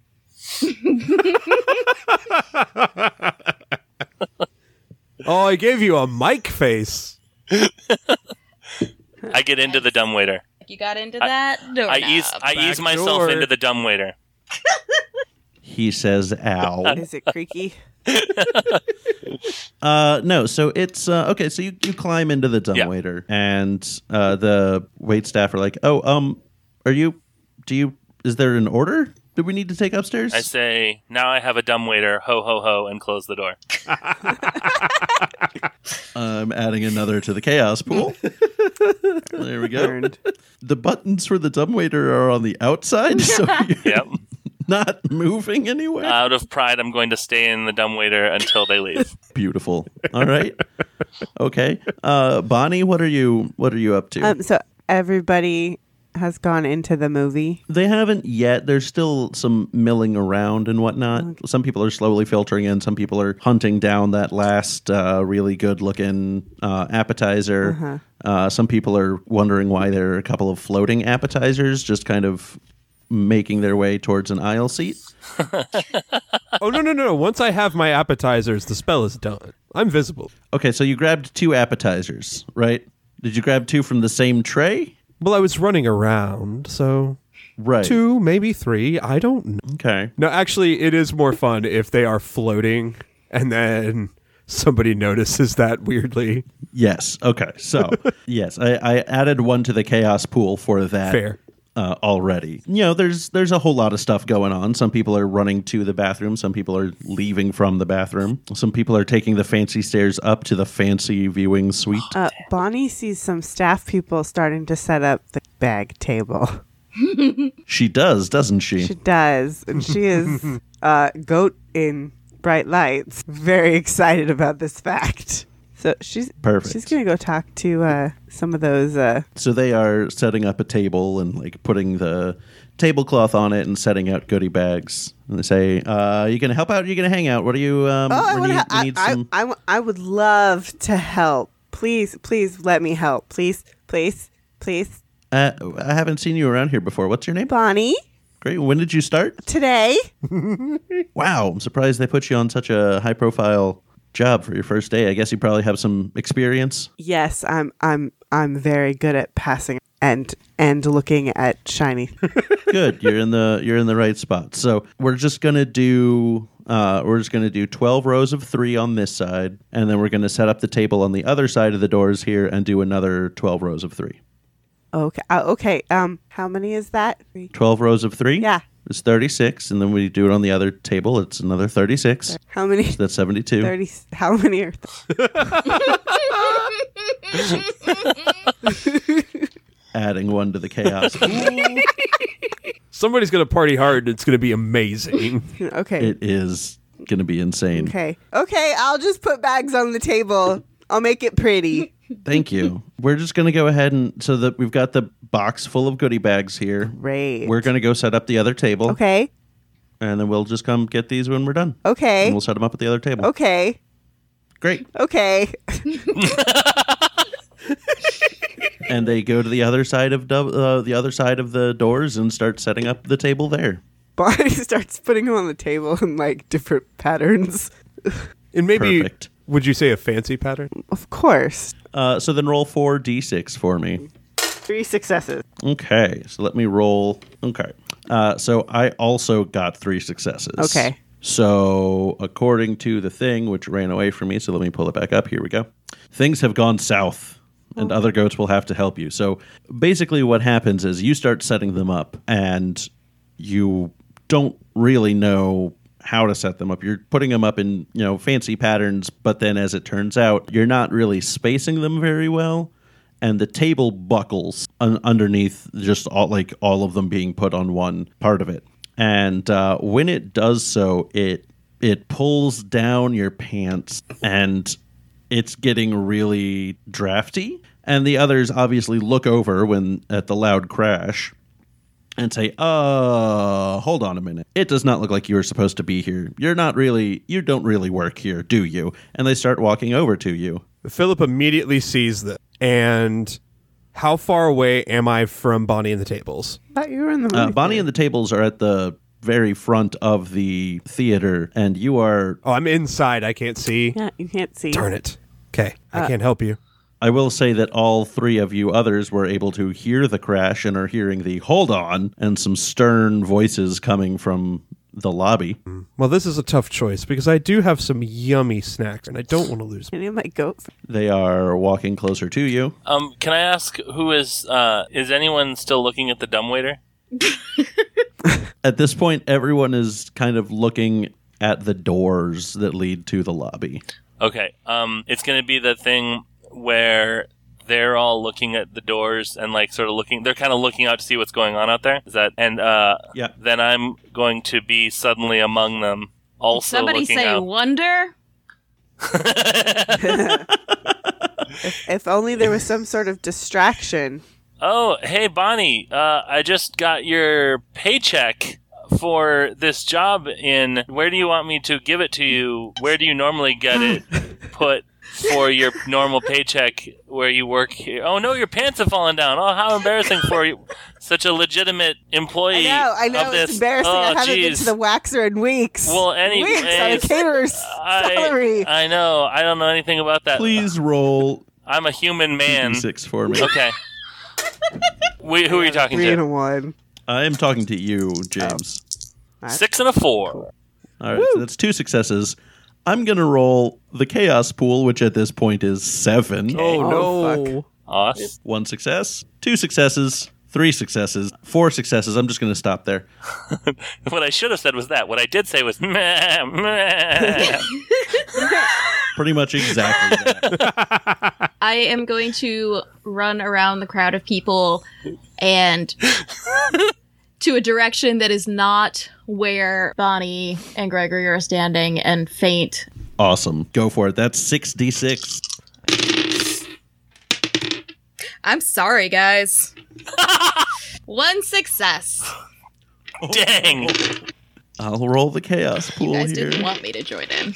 Oh, I gave you a mic face. I get into the dumb waiter. You got into I- that door. I ease I Back ease myself door. into the dumb waiter. He says, "Ow." Is it creaky? Uh, no, so it's uh, okay. So you, you climb into the dumbwaiter, and uh, the wait staff are like, "Oh, um, are you? Do you? Is there an order that we need to take upstairs?" I say, now I have a dumb waiter, ho ho ho, and close the door. I'm adding another to the chaos pool. there we go. Earned. The buttons for the dumbwaiter are on the outside, so you're Yep. not moving anywhere. Out of pride, I'm going to stay in the dumb waiter until they leave. Beautiful. All right. Okay. Uh, Bonnie, what are you? What are you up to? Um, so everybody has gone into the movie. They haven't yet. There's still some milling around and whatnot. Some people are slowly filtering in. Some people are hunting down that last uh, really good looking uh, appetizer. uh some people are wondering why there are a couple of floating appetizers just kind of making their way towards an aisle seat. oh no no no! no. Once I have my appetizers, the spell is done. I'm visible. Okay, so you grabbed two appetizers, right? Did you grab two from the same tray? Well, I was running around, so Right. two, maybe three. I don't know. Okay. No, actually, it is more fun if they are floating and then somebody notices that weirdly. Yes. Okay. So yes, I, I added one to the chaos pool for that. Fair. Uh, already, you know, there's there's a whole lot of stuff going on. Some people are running to the bathroom. Some people are leaving from the bathroom. Some people are taking the fancy stairs up to the fancy viewing suite. Uh, Bonnie sees some staff people starting to set up the bag table. she does, doesn't she? She does, and she is uh, goat in bright lights. Very excited about this fact. So she's Perfect. She's gonna go talk to uh, some of those. Uh, so they are setting up a table and like putting the tablecloth on it and setting out goodie bags. And they say, uh, "You gonna help out? You gonna hang out? What are you? Um, oh, I, we wanna need- ha- we I, need I, some- I w- I would love to help. Please, please let me help. Please, please, please, uh, I haven't seen you around here before. What's your name? Bonnie. Great. When did you start? Today, Wow, I'm surprised they put you on such a high profile job for your first day. I guess you probably have some experience. yes, I'm. I'm. I'm very good at passing and and looking at shiny. Good. you're in the you're in the right spot. So we're just gonna do uh, we're just gonna do twelve rows of three on this side, and then we're gonna set up the table on the other side of the doors here and do another twelve rows of three. okay. Uh, okay. Um. How many is that? Three. Twelve rows of three? Yeah. It's thirty six, and then we do it on the other table, it's another thirty six. How many? That's seventy two. Thirty. How many are? Adding one to the chaos. Somebody's gonna party hard. and It's gonna be amazing. Okay. it is gonna be insane. okay. Okay. I'll just put bags on the table. I'll make it pretty. Thank you. We're just going to go ahead and so that we've got the box full of goodie bags here. Great. We're going to go set up the other table. Okay. And then we'll just come get these when we're done. And Okay. we'll set them up at the other table. Okay. Great. Okay. And they go to the other side of dub- uh, the other side of the doors and start setting up the table there. Bonnie starts putting them on the table in like different patterns. And maybe Perfect. would you say a fancy pattern? Of course. Uh, so then roll 4d6 for me. Three successes. Okay. So let me roll. Okay. Uh, so I also got three successes. Okay. So according to the thing, which ran away from me, so let me pull it back up. Here we go. Things have gone south, and other goats will have to help you. So basically, what happens is you start setting them up, and you don't really know how to set them up. You're putting them up in you know fancy patterns, but then as it turns out, you're not really spacing them very well and the table buckles un- underneath just all like all of them being put on one part of it and uh, when it does so it it pulls down your pants and it's getting really drafty and the others obviously look over when at the loud crash and say, "Uh, hold on a minute. It does not look like you were supposed to be here. You're not really. You don't really work here, do you?" And they start walking over to you. Philip immediately sees this. And how far away am I from Bonnie and the Tables? Thought you were in the movie. Uh, Bonnie and the tables are at the very front of the theater, and you are. Oh, I'm inside. I can't see. yeah, Uh, you can't see. Darn it. Okay, I can't help you. I will say that all three of you others were able to hear the crash and are hearing the hold on and some stern voices coming from the lobby. Well, this is a tough choice because I do have some yummy snacks and I don't want to lose. Any of my goat They are walking closer to you. Um, can I ask who is uh, is anyone still looking at the dumbwaiter? At this point, everyone is kind of looking at the doors that lead to the lobby. Okay. Um, it's going to be the thing where they're all looking at the doors and like sort of looking. They're kind of looking out to see what's going on out there. Is that and uh, Yeah. then I'm going to be suddenly among them. Also, Somebody looking say out. wonder. If only there was some sort of distraction. Oh, hey, Bonnie, uh, I just got your paycheck for this job in. Where do you want me to give it to you? Where do you normally get it put for your normal paycheck where you work here? Oh, no, your pants have fallen down. Oh, how embarrassing for you. Such a legitimate I employee. know, I know, Of it's this. embarrassing. Oh, I haven't been jeez. to the waxer in weeks. Well, any- weeks on a it's- caterer's I, salary. I know. I don't know anything about that. Please roll I'm a human man. six for me. Okay. we, who are you talking Three and a to? one. I am talking to you, James. Six and a four. All right, so that's two successes. I'm going to roll the chaos pool, which at this point is seven. Oh, no. Awesome. One success, two successes, three successes, four successes. I'm just going to stop there. What I should have said was that. What I did say was meh, meh. Pretty much exactly that. I am going to run around the crowd of people and to a direction that is not where Bonnie and Gregory are standing and faint. Awesome. Go for it. That's 6d6. I'm sorry, guys. One success. Dang. I'll roll the chaos You pool guys here. didn't want me to join in.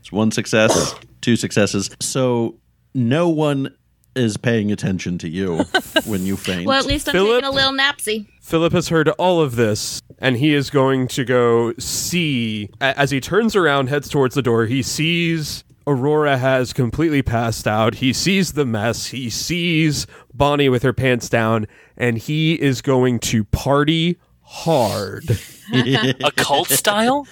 It's one success, two successes. So no one is paying attention to you when you faint. Well, at least I'm Philip? taking a little napsy. Philip has heard all of this, and he is going to go see. a- As he turns around, heads towards the door, he sees Aurora has completely passed out. He sees the mess. He sees Bonnie with her pants down, and he is going to party hard. Occult style?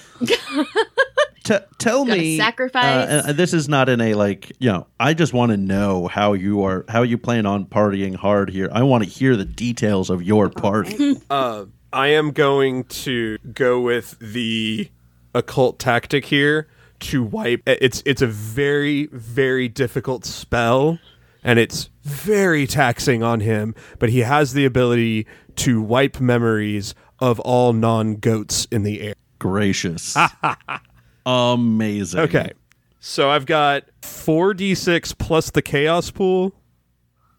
T- tell Gotta me sacrifice. uh, and this is not in a like you know i just want to know how you are how you plan on partying hard here i want to hear the details of your party Uh, I am going to go with the occult tactic here to wipe. It's it's a very very difficult spell, and it's very taxing on him. But he has the ability to wipe memories of all non goats in the air. gracious amazing Okay, so I've got four d six plus the chaos pool.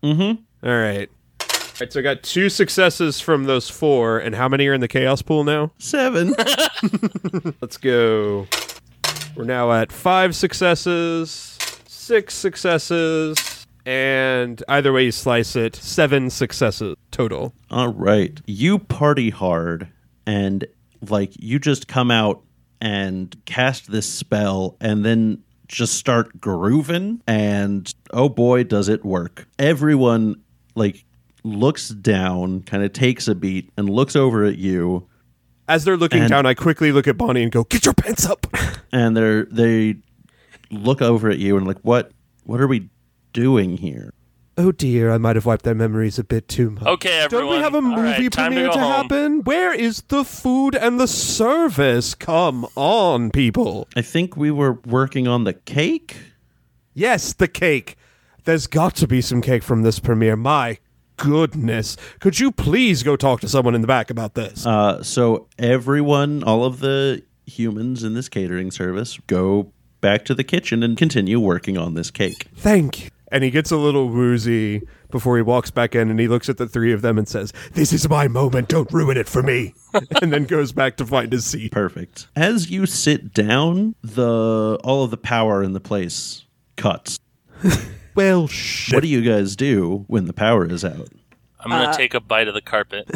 Mm-hmm. All right. All right, so I got two successes from those four, and how many are in the chaos pool now? seven Let's go. We're now at five successes, six successes, and either way you slice it, seven successes total. all right you party hard and like you just come out and cast this spell and then just start grooving and oh boy does it work everyone like looks down kind of takes a beat and looks over at you As they're looking And- down, I quickly look at Bonnie and go, "Get your pants up!" and they're they look over at you and like what what are we doing here Oh dear, I might have wiped their memories a bit too much. Okay, everyone. Don't we have a All movie right, time premiere to, to, go home. happen? Where is the food and the service? Come on, people. i think we were working on the cake Yes, the cake. There's got to be some cake from this premiere. My goodness. Could you please go talk to someone in the back about this? uh, so everyone all of the humans in this catering service go back to the kitchen and continue working on this cake Thank you. And he gets a little woozy before he walks back in and he looks at the three of them and says, This is my moment. Don't ruin it for me. and then goes back to find his seat. perfect as you sit down the all of the power in the place cuts Well, shit. what do you guys do when the power is out I'm going to take a bite of the carpet.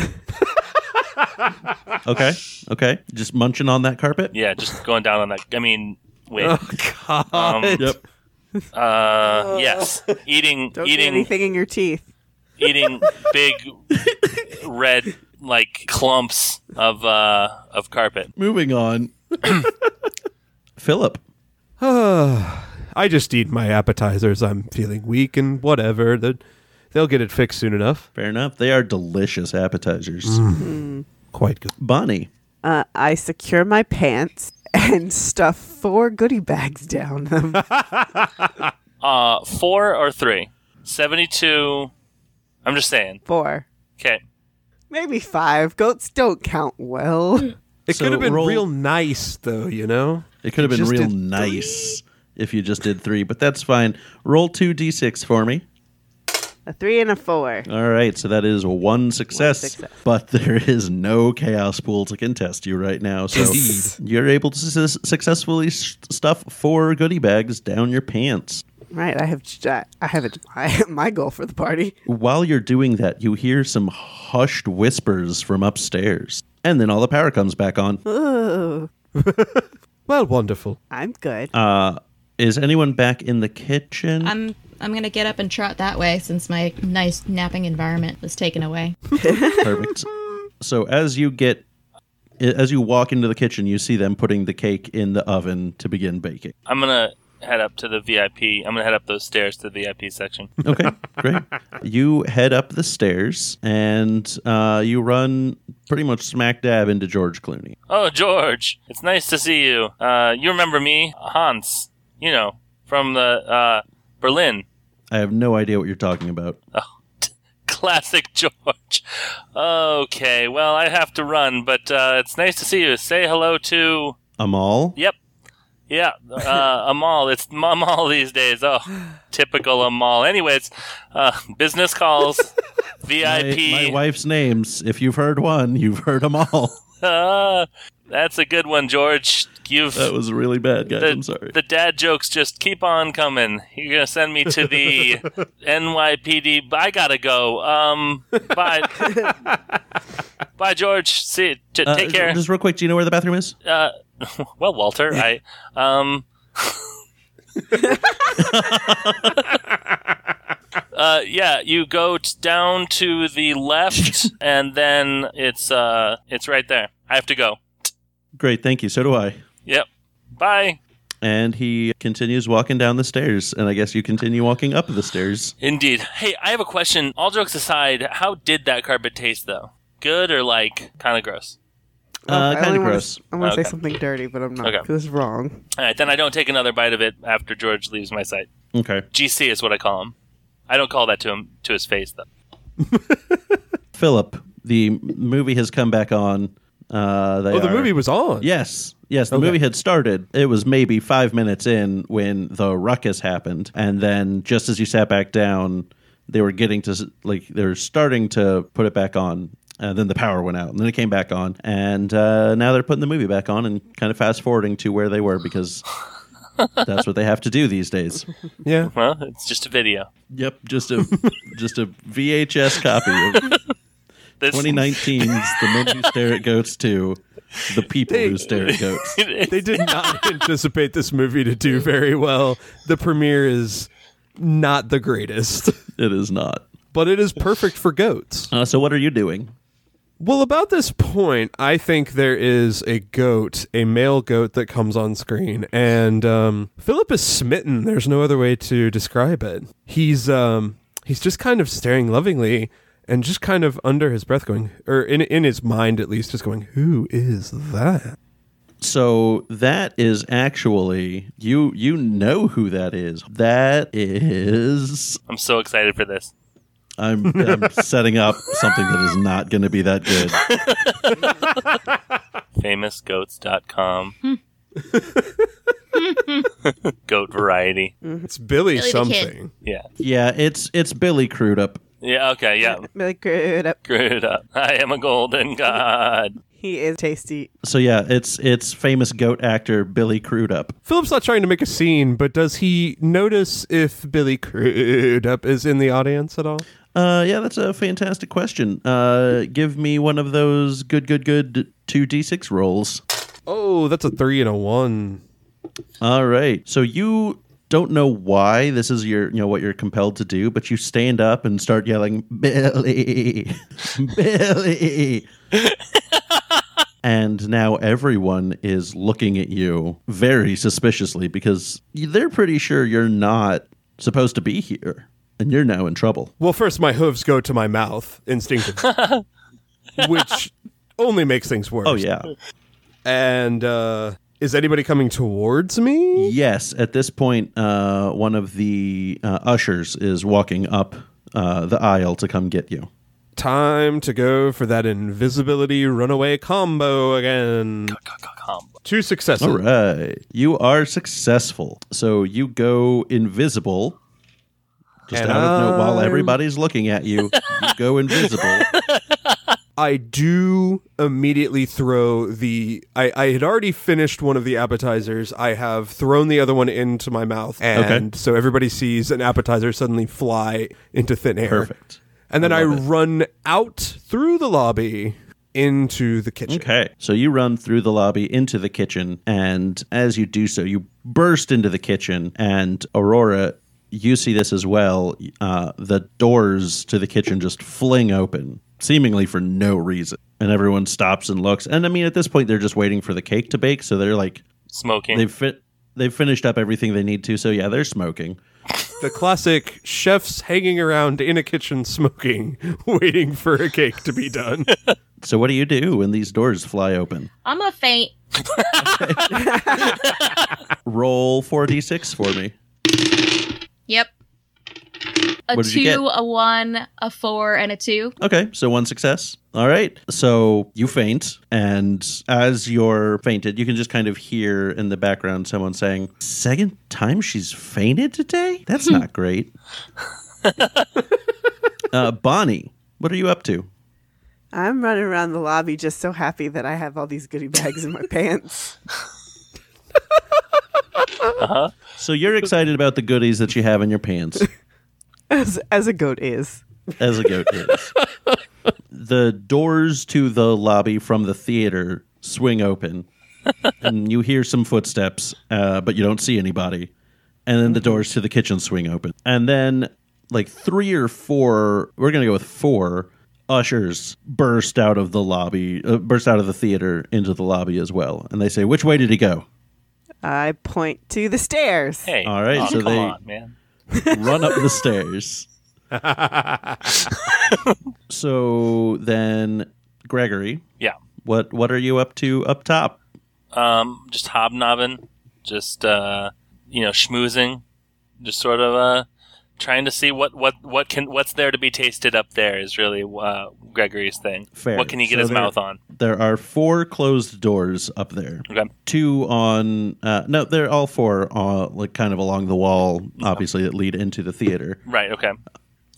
okay okay just munching on that carpet Yeah, just going down on that. I mean, wait. Oh, Um, yep uh, yes. Eating, Don't get eating, anything in your teeth. eating big red, like, clumps of uh, of carpet. Moving on. Philip. I just eat my appetizers. I'm feeling weak and whatever. The- They'll get it fixed soon enough. Fair enough. They are delicious appetizers. Quite good. Bonnie. Uh, I secure my pants and stuff four goodie bags down them. Uh, four or three? Seventy-two. I'm just saying. four, Okay. maybe five. Goats don't count well. It So could have been roll- real nice, though, you know? It could have been Just real did nice if you just did three, but that's fine. Roll two d6 for me. A three and a four. All right, so that is one success, success. but there is no chaos pool to contest you right now. So Indeed. you're able to su- successfully s- stuff four goodie bags down your pants. Right, I have I have it. My, my goal for the party. While you're doing that, you hear some hushed whispers from upstairs, and then all the power comes back on. Ooh, Well, wonderful. I'm good. Uh, is anyone back in the kitchen? I'm I'm gonna get up and trot that way since my nice napping environment was taken away. Perfect. So as you get, as you walk into the kitchen, you see them putting the cake in the oven to begin baking. I'm gonna head up to the VIP. I'm gonna head up those stairs to the VIP section. Okay, great. You head up the stairs and uh, you run pretty much smack dab into George Clooney. Oh, George, it's nice to see you. Uh, you remember me, Hans? You know, from the uh, Berlin. I have no idea what you're talking about. Classic George. Okay, well, I have to run, but uh, it's nice to see you. Say hello to. Amal? Yep. Yeah, uh, Amal. It's M- Amal these days. Oh, typical Amal. Anyways, uh, business calls, VIP. My, my wife's names. If you've heard one, you've heard them all. Ah, that's a good one, George. You've That was really bad, guys. the, I'm sorry. the dad jokes just keep on coming. You're gonna send me to the NYPD. I gotta go. Um, bye, bye, George. See, you. J- Uh, take care. Just real quick, do you know where the bathroom is? Uh, well, Walter, I um. uh, yeah, you go t- down to the left, and then it's uh, it's right there. I have to go. Great, thank you. So do I. Yep. Bye. And he continues walking down the stairs, and I guess you continue walking up the stairs. Indeed. Hey, I have a question. All jokes aside, how did that carpet taste though? Good or like kind of gross? Uh, I kind only of wanna- gross. I want to Okay. say something dirty, but I'm not. Okay. Okay. This is wrong. All right, then I don't take another bite of it after George leaves my sight. Okay. GC is what I call him. I don't call that to him to his face though. Philip, the m- movie has come back on. Uh, they Oh, the are- movie was on. Yes, yes. The movie had started. It was maybe five minutes in when the ruckus happened, and then just as you sat back down, they were getting to s- like they were starting to put it back on. And then the power went out, and then it came back on, and uh, now they're putting the movie back on and kind of fast forwarding to where they were because that's what they have to do these days. Yeah. Well, it's just a video. Yep, just a just a VHS copy of This, 2019's The Men Who Stare at Goats 2, The People Who They- Stare at Goats. They did not anticipate this movie to do very well. The premiere is not the greatest, It is not. but it is perfect for goats. Uh, so, what are you doing? Well, about this point, I think there is a goat, a male goat that comes on screen, and um, Philip is smitten. There's no other way to describe it. He's um, he's just kind of staring lovingly and just kind of under his breath, going, or in in his mind at least, just going, "Who is that?" So that is actually you. You know who that is. That is. I'm so excited for this. I'm, I'm setting up something that is not going to be that good. Famousgoats.com. Goat variety. It's Billy Billy, the Kid. something. Yeah. Yeah, it's it's Billy Crudup. Yeah. Okay. Yeah. Really good up. Screw it up. I am a golden god. He is tasty. So yeah, it's it's famous goat actor Billy Crudup. Philip's not trying to make a scene, but does he notice if Billy Crudup is in the audience at all? Uh, yeah, that's a fantastic question. Uh, give me one of those good, good, good two d6 rolls. Oh, that's a three and a one. All right. So you don't know why this is your, you know, what you're compelled to do, but you stand up and start yelling, Billy, Billy. And now everyone is looking at you very suspiciously because they're pretty sure you're not supposed to be here. And you're now in trouble. Well, first my hooves go to my mouth instinctively, which only makes things worse. Oh, yeah. And uh, is anybody coming towards me? Yes, at this point, uh, one of the uh, ushers is walking up uh, the aisle to come get you. Time to go for that invisibility runaway combo again. Combo. Two successes. All right. You are successful. So you go invisible. Just And out of note, while I'm- everybody's looking at you, you go invisible. I do immediately throw the. I, I had already finished one of the appetizers. I have thrown the other one into my mouth. And so everybody sees an appetizer suddenly fly into thin air. Perfect. And then I, run out through the lobby into the kitchen. Okay. So you run through the lobby into the kitchen, and as you do so, you burst into the kitchen. And Aurora, you see this as well. Uh, the doors to the kitchen just fling open, seemingly for no reason. And everyone stops and looks. And I mean, at this point, they're just waiting for the cake to bake. So they're like, Smoking. they've fit. They've finished up everything they need to, so yeah, they're smoking. The classic chefs hanging around in a kitchen smoking, waiting for a cake to be done. So what do you do when these doors fly open? I'm a faint. Roll four d six for me. Yep. A What did you get? two, a one, a four, and a two. Okay, so one success. All right. So you faint, and as you're fainted, you can just kind of hear in the background someone saying, Second time she's fainted today? That's not great. uh, Bonnie, what are you up to? I'm running around the lobby just so happy that I have all these goodie bags in my pants. So you're excited about the goodies that you have in your pants, As, as a goat is. as a goat is. The doors to the lobby from the theater swing open, and you hear some footsteps, uh, but you don't see anybody. and then the doors to the kitchen swing open. And then like three or four, we're going to go with four ushers burst out of the lobby, uh, burst out of the theater into the lobby as well. And they say, "Which way did he go?" I point to the stairs. Hey. All right, oh, so come they- on, man. Run up the stairs. so then Gregory, Yeah. what what are you up to up top? Um, just hobnobbing, just uh, you know, schmoozing, just sort of uh, trying to see what what what can what's there to be tasted up there is really uh, Gregory's thing. Fair. What can he get So his there- mouth on? There are four closed doors up there. Okay. two on uh, no they're all four uh, like kind of along the wall obviously that lead into the theater Right. Okay.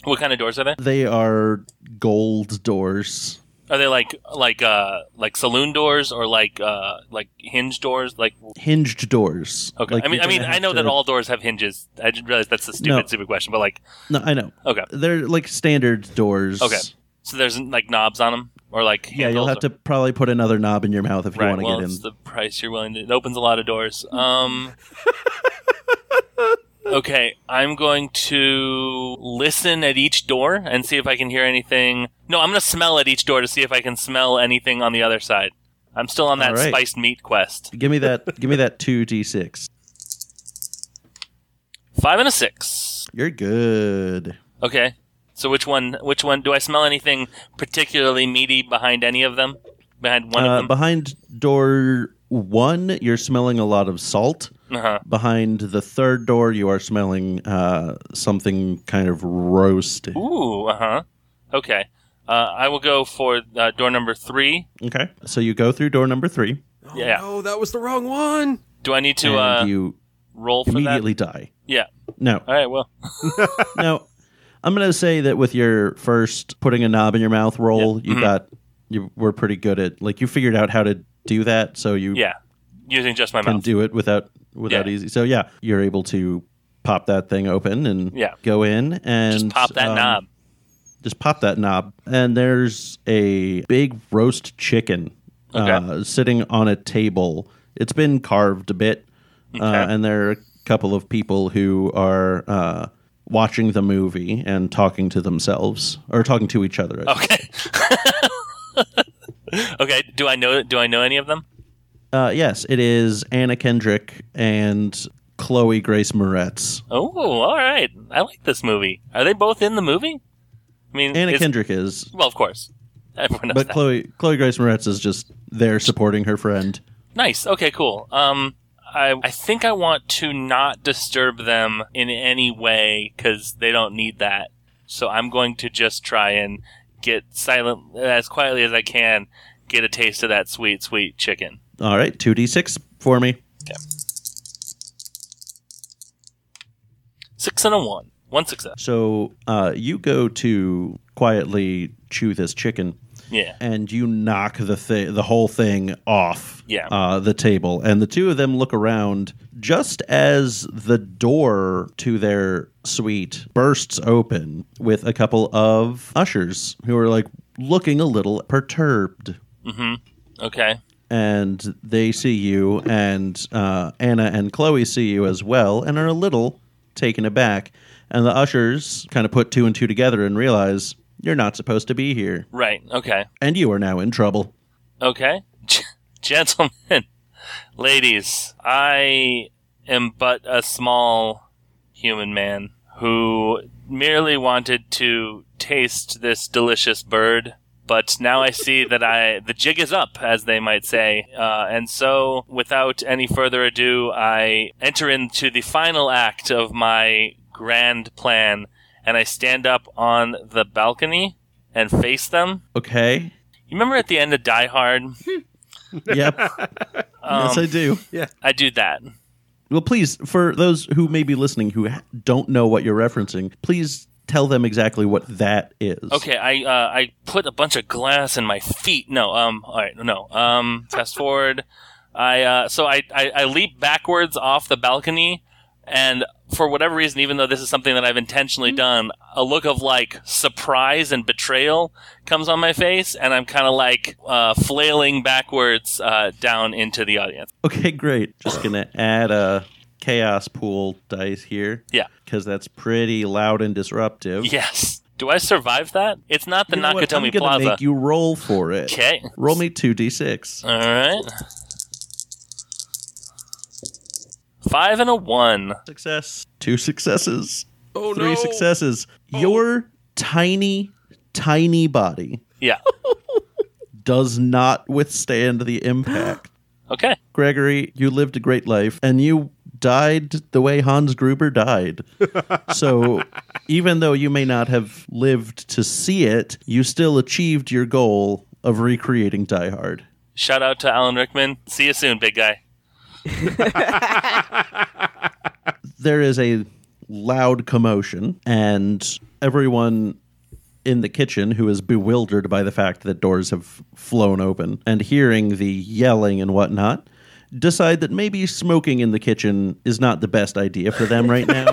What kind of doors are they? they are gold doors Are they like like uh like saloon doors or like uh like hinge doors? Like hinged doors okay. Like, I mean you're I mean gonna I have know that to- all doors have hinges. I didn't realize that's a stupid No. stupid question, but like no i know okay. they're like standard doors Okay. So there's like knobs on them or like yeah you'll handles have or- to probably put another knob in your mouth if you right. want to well, get in it's the price you're willing to. It opens a lot of doors. Um. okay, I'm going to listen at each door and see if I can hear anything. No, I'm going to smell at each door to see if I can smell anything on the other side. I'm still on that All right. spiced meat quest. give me that give me that 2d6 Five and a six. you're good Okay. So which one? Which one? Do I smell anything particularly meaty behind any of them? Behind one Uh, of them? behind door one you're smelling a lot of salt uh-huh. Behind the third door, you are smelling uh, something kind of roasted. Ooh. Uh huh. Okay. Uh, I will go for uh, door number three. Okay. So you go through door number three, Yeah. Oh, that was the wrong one. Do I need to and uh, you roll for immediately die. that? Uh, Yeah. No, All right. Well. no. I'm gonna say that with your first putting a knob in your mouth roll, you Mhm. got you were pretty good at like you figured out how to do that, so you Yeah. Using just my can mouth. do it without without Yeah. easy. So yeah, you're able to pop that thing open and Yeah. go in and Just pop that um, knob. just pop that knob and there's a big roast chicken uh, Okay. sitting on a table it's been carved a bit uh, Okay. and there are a couple of people who are uh, watching the movie and talking to themselves or talking to each other I should Okay. okay. do I know do I know any of them? Uh, yes, it is Anna Kendrick and Chloe Grace Moretz. Oh, all right. I like this movie. Are they both in the movie? I mean, Anna it's- Kendrick is, Well, of course. Everyone knows but that. Chloe Chloe Grace Moretz is just there supporting her friend. Nice. Okay, cool. Um, I, I think I want to not disturb them in any way because they don't need that. So I'm going to just try and get silent as quietly as I can, get a taste of that sweet, sweet chicken. All right, two d six for me. Six and a one. One success. So uh, you go to quietly chew this chicken, Yeah. and you knock the thi- the whole thing off Yeah. uh, the table. And the two of them look around just as the door to their suite bursts open with a couple of ushers who are like looking a little perturbed. Okay. And they see you, and uh, Anna and Chloe see you as well, and are a little taken aback. And the ushers kind of put two and two together and realize you're not supposed to be here, Right. Okay. and you are now in trouble. Okay. G- gentlemen, ladies, I am but a small human man who merely wanted to taste this delicious bird. But now I see that I the jig is up, as they might say, uh, and so without any further ado, I enter into the final act of my grand plan, and I stand up on the balcony and face them. Okay. You remember at the end of Die Hard, Yep. Um. yes, I do. I do that. Well, please, for those who may be listening who ha- don't know what you're referencing, please tell them exactly what that is. Okay, I uh, I put a bunch of glass in my feet. No, um, all right, no. Um, fast forward. I uh, so I, I I leap backwards off the balcony, and for whatever reason, even though this is something that I've Mm-hmm. intentionally done, a look of like surprise and betrayal comes on my face, and I'm kind of like uh, flailing backwards uh, down into the audience. Okay, great. Just gonna add a chaos pool dice here. Yeah. Because that's pretty loud and disruptive. Yes. Do I survive that? It's not the You know what? Nakatomi I'm gonna Plaza. make you roll for it. okay. Roll me two d six. All right. Five and a one. Success. Two successes. Oh Three successes. Oh. Your tiny, tiny body Yeah. does not withstand the impact. Okay. Gregory, you lived a great life and you died the way Hans Gruber died. so even though you may not have lived to see it, you still achieved your goal of recreating Die Hard. Shout out to Alan Rickman. See you soon, big guy. There is a loud commotion and everyone in the kitchen who is bewildered by the fact that doors have flown open and hearing the yelling and whatnot decide that maybe smoking in the kitchen is not the best idea for them right now.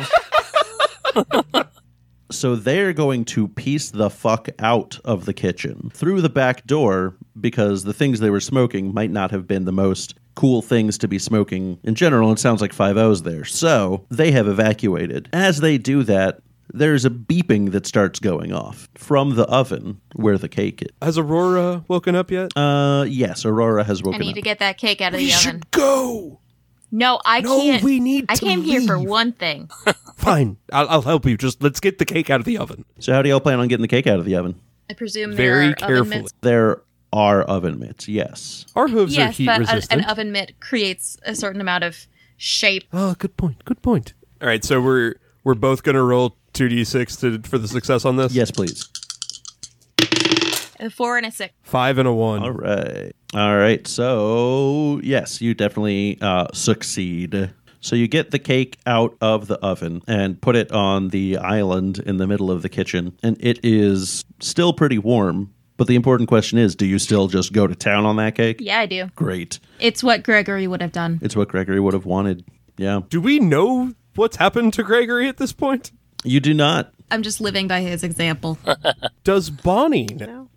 so they're going to piece the fuck out of the kitchen through the back door because the things they were smoking might not have been the most cool things to be smoking in general and it sounds like 5 O's there. So, they have evacuated. As they do that, there's a beeping that starts going off from the oven where the cake is. Has Aurora woken up yet? Uh yes, Aurora has I woken need up. to get that cake out of we the should oven. go. No, I No, can't. we need I to came here for leave. one thing. Fine, I'll, I'll help you. Just let's get the cake out of the oven. so how do y'all plan on getting the cake out of the oven? I presume there Very are oven carefully. mitts. There are oven mitts. Yes. Our hooves are Yes, heat but an, resistant. an oven mitt creates a certain amount of shape. Oh, good point. Good point. All right, so we're we're both gonna roll two d six to for the success on this. Yes, please. A four and a six. five and a one. All right. All right. So, yes, you definitely uh, succeed. So, you get the cake out of the oven and put it on the island in the middle of the kitchen. And it is still pretty warm. But the important question is do you still just go to town on that cake? Yeah, I do. Great. It's what Gregory would have done. It's what Gregory would have wanted. Yeah. Do we know what's happened to Gregory at this point? You do not. I'm just living by his example. Does Bonnie? know?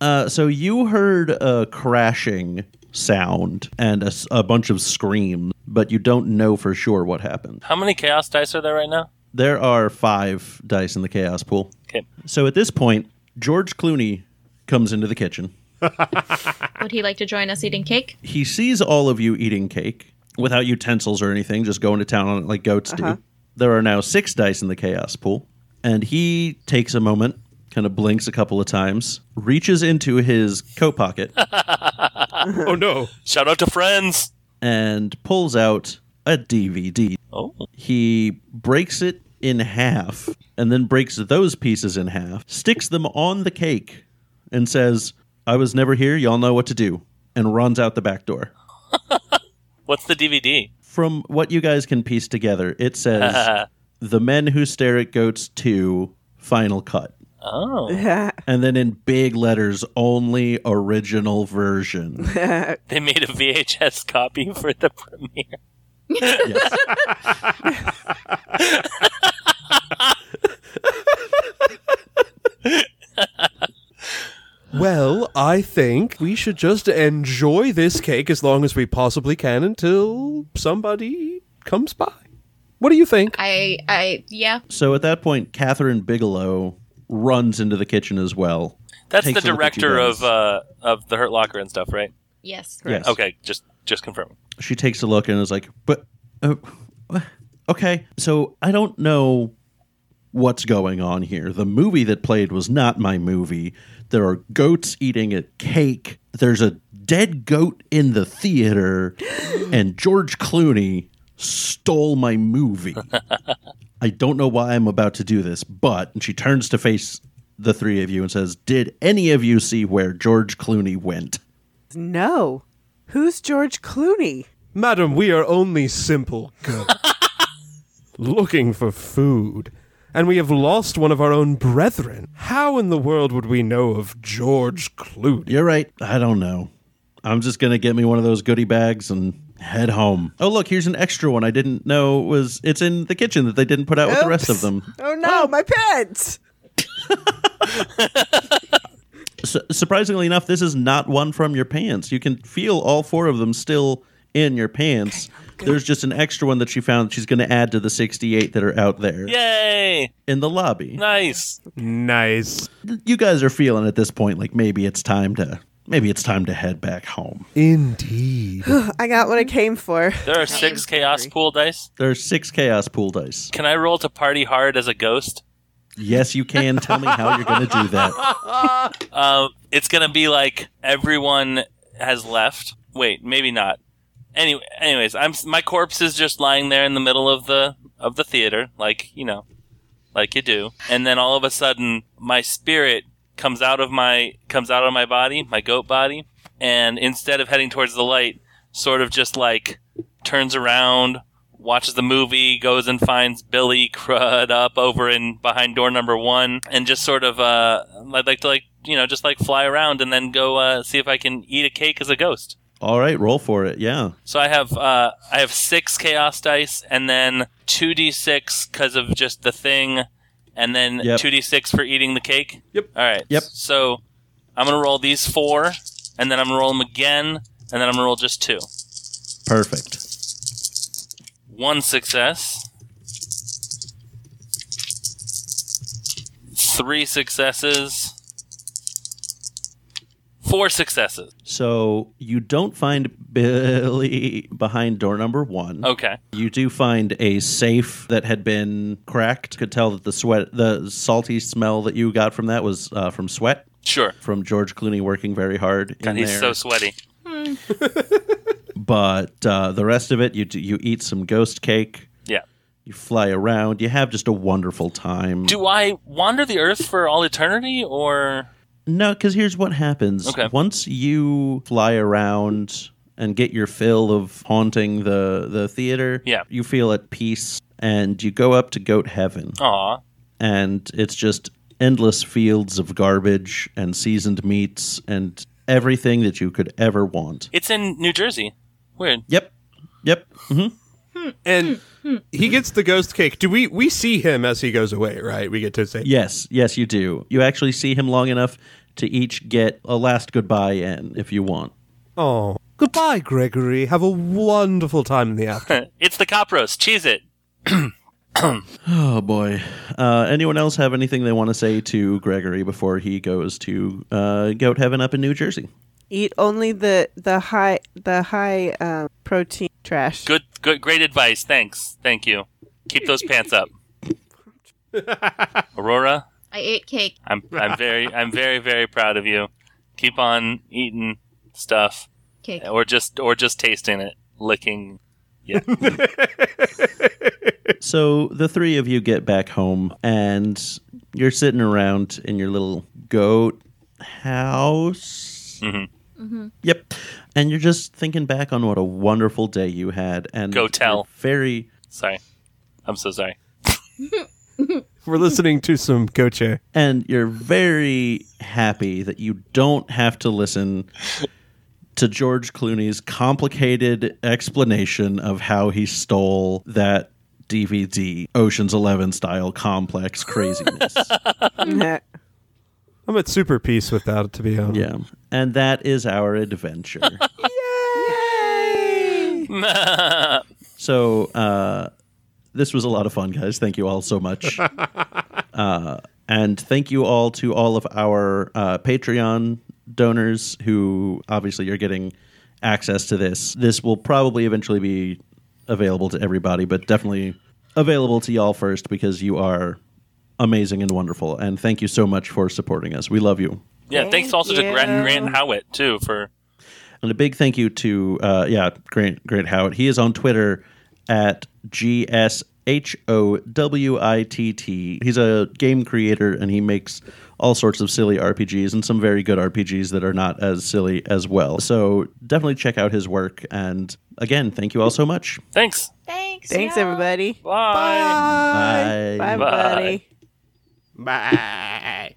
Uh, so, you heard a crashing sound and a, s- a bunch of screams, but you don't know for sure what happened. How many chaos dice are there right now? There are five dice in the chaos pool. Okay. So at this point, George Clooney comes into the kitchen Would he like to join us eating cake? He sees all of you eating cake without utensils or anything, just going to town on it like goats do. There are now six dice in the chaos pool, and he takes a moment, kind of blinks a couple of times, reaches into his coat pocket, oh no. Shout out to friends. and pulls out a DVD. Oh, He breaks it in half and then breaks those pieces in half, sticks them on the cake, and says, I was never here. Y'all know what to do. And runs out the back door. what's the DVD? From what you guys can piece together, it says, The Men Who Stare at Goats 2 Final Cut. Oh, And then in big letters, only original version. they made a VHS copy for the premiere. Yes. Well, I think we should just enjoy this cake as long as we possibly can until somebody comes by. What do you think? I, I, yeah. So at that point, Catherine Bigelow runs into the kitchen as well. That's Takes the a look at you director guys. of uh, of the Hurt Locker and stuff, right? Yes. Yes. Okay, just just confirm. she takes a look and is like, "But uh, okay, so I don't know what's going on here. The movie that played was not my movie. There are goats eating a cake. There's a dead goat in the theater, and George Clooney stole my movie. I don't know why I'm about to do this, but and she turns to face the three of you and says, "Did any of you see where George Clooney went?" No. Who's George Clooney? Madam, we are only simple go looking for food, and we have lost one of our own brethren. How in the world would we know of George Clooney? You're right. I don't know. I'm just gonna get me one of those goodie bags and head home. Oh look, here's an extra one I didn't know was it's in the kitchen that they didn't put out with the rest of Oops. them. Oh no, my pants. Su- surprisingly enough, this is not one from your pants. You can feel all four of them still in your pants. There's just an extra one that she found that she's gonna add to the 68 that are out there Yay! in the lobby. Nice. Nice. You guys are feeling at this point like maybe it's time to maybe it's time to head back home. Indeed. I got what I came for. There are six chaos pool dice. There's six chaos pool dice. Can I roll to party hard as a ghost? Yes, you can. Tell me how you're gonna do that. Um, it's gonna be like everyone has left. Wait, maybe not. Anyway, anyways, I'm my corpse is just lying there in the middle of the of the theater, like you know, like you do. And then all of a sudden, my spirit comes out of my comes out of my body, my goat body, and instead of heading towards the light, sort of just like turns around, watches the movie, goes and finds Billy crud up over in behind door number one, and just sort of uh, I'd like to like you know just like fly around and then go uh, see if I can eat a cake as a ghost. All right, roll for it. Yeah. So I have uh, I have six chaos dice and then two d six because of just the thing, and then Yep. two d six for eating the cake. Yep. All right. Yep. So I'm gonna roll these four, and then I'm gonna roll them again, and then I'm gonna roll just two. Perfect. One success. Three successes. Four successes. So you don't find Billy behind door number one. Okay. You do find a safe that had been cracked. Could tell that the sweat, the salty smell that you got from that was uh, from sweat Sure. from George Clooney working very hard in God, he's there. so sweaty. but uh, the rest of it, you do, you eat some ghost cake. Yeah. You fly around. You have just a wonderful time. Do I wander the earth for all eternity or No, because here's what happens. Okay. Once you fly around and get your fill of haunting the, the theater, Yeah. you feel at peace and you go up to Goat Heaven. Aw. And it's just endless fields of garbage and seasoned meats and everything that you could ever want. It's in New Jersey. Weird. Yep. Yep. hmm And he gets the ghost cake. Do we we see him as he goes away, right? We get to say Yes. Yes, you do. You actually see him long enough to each get a last goodbye in if you want. Oh. Goodbye, Gregory. Have a wonderful time in the afternoon. It's the cop roast. Cheese it. Oh boy! Uh, anyone else have anything they want to say to Gregory before he goes to uh, Goat Heaven up in New Jersey? Eat only the the high the high um, protein trash. Good, good, great advice. Thanks, thank you. Keep those pants up, Aurora. I ate cake. I'm, I'm very, I'm very, very proud of you. Keep on eating stuff, Cake. or just, or just tasting it, licking. So the three of you get back home and you're sitting around in your little goat house. Mhm. Yep. And you're just thinking back on what a wonderful day you had and Go tell. you're very Sorry, I'm so sorry. We're listening to some Goche. and you're very happy that you don't have to listen to George Clooney's complicated explanation of how he stole that DVD Ocean's 11 style complex craziness. I'm at super peace with that, to be honest. Yeah. And that is our adventure. so uh, this was a lot of fun, guys. Thank you all so much. uh, and thank you all to all of our uh, Patreon donors who obviously you're getting access to this. This will probably eventually be available to everybody, but definitely available to y'all first because you are amazing and wonderful. And thank you so much for supporting us. We love you. Yeah, thanks also to you. Grant, Grant Howitt too for And a big thank you to uh, yeah, Grant Grant Howard. He is on Twitter at G S H O W I T T. He's a game creator and he makes all sorts of silly RPGs and some very good RPGs that are not as silly as well. So definitely check out his work. And again, thank you all so much. thanks. Thanks. Thanks, y'all. everybody. Bye. Bye. Bye, buddy. Bye.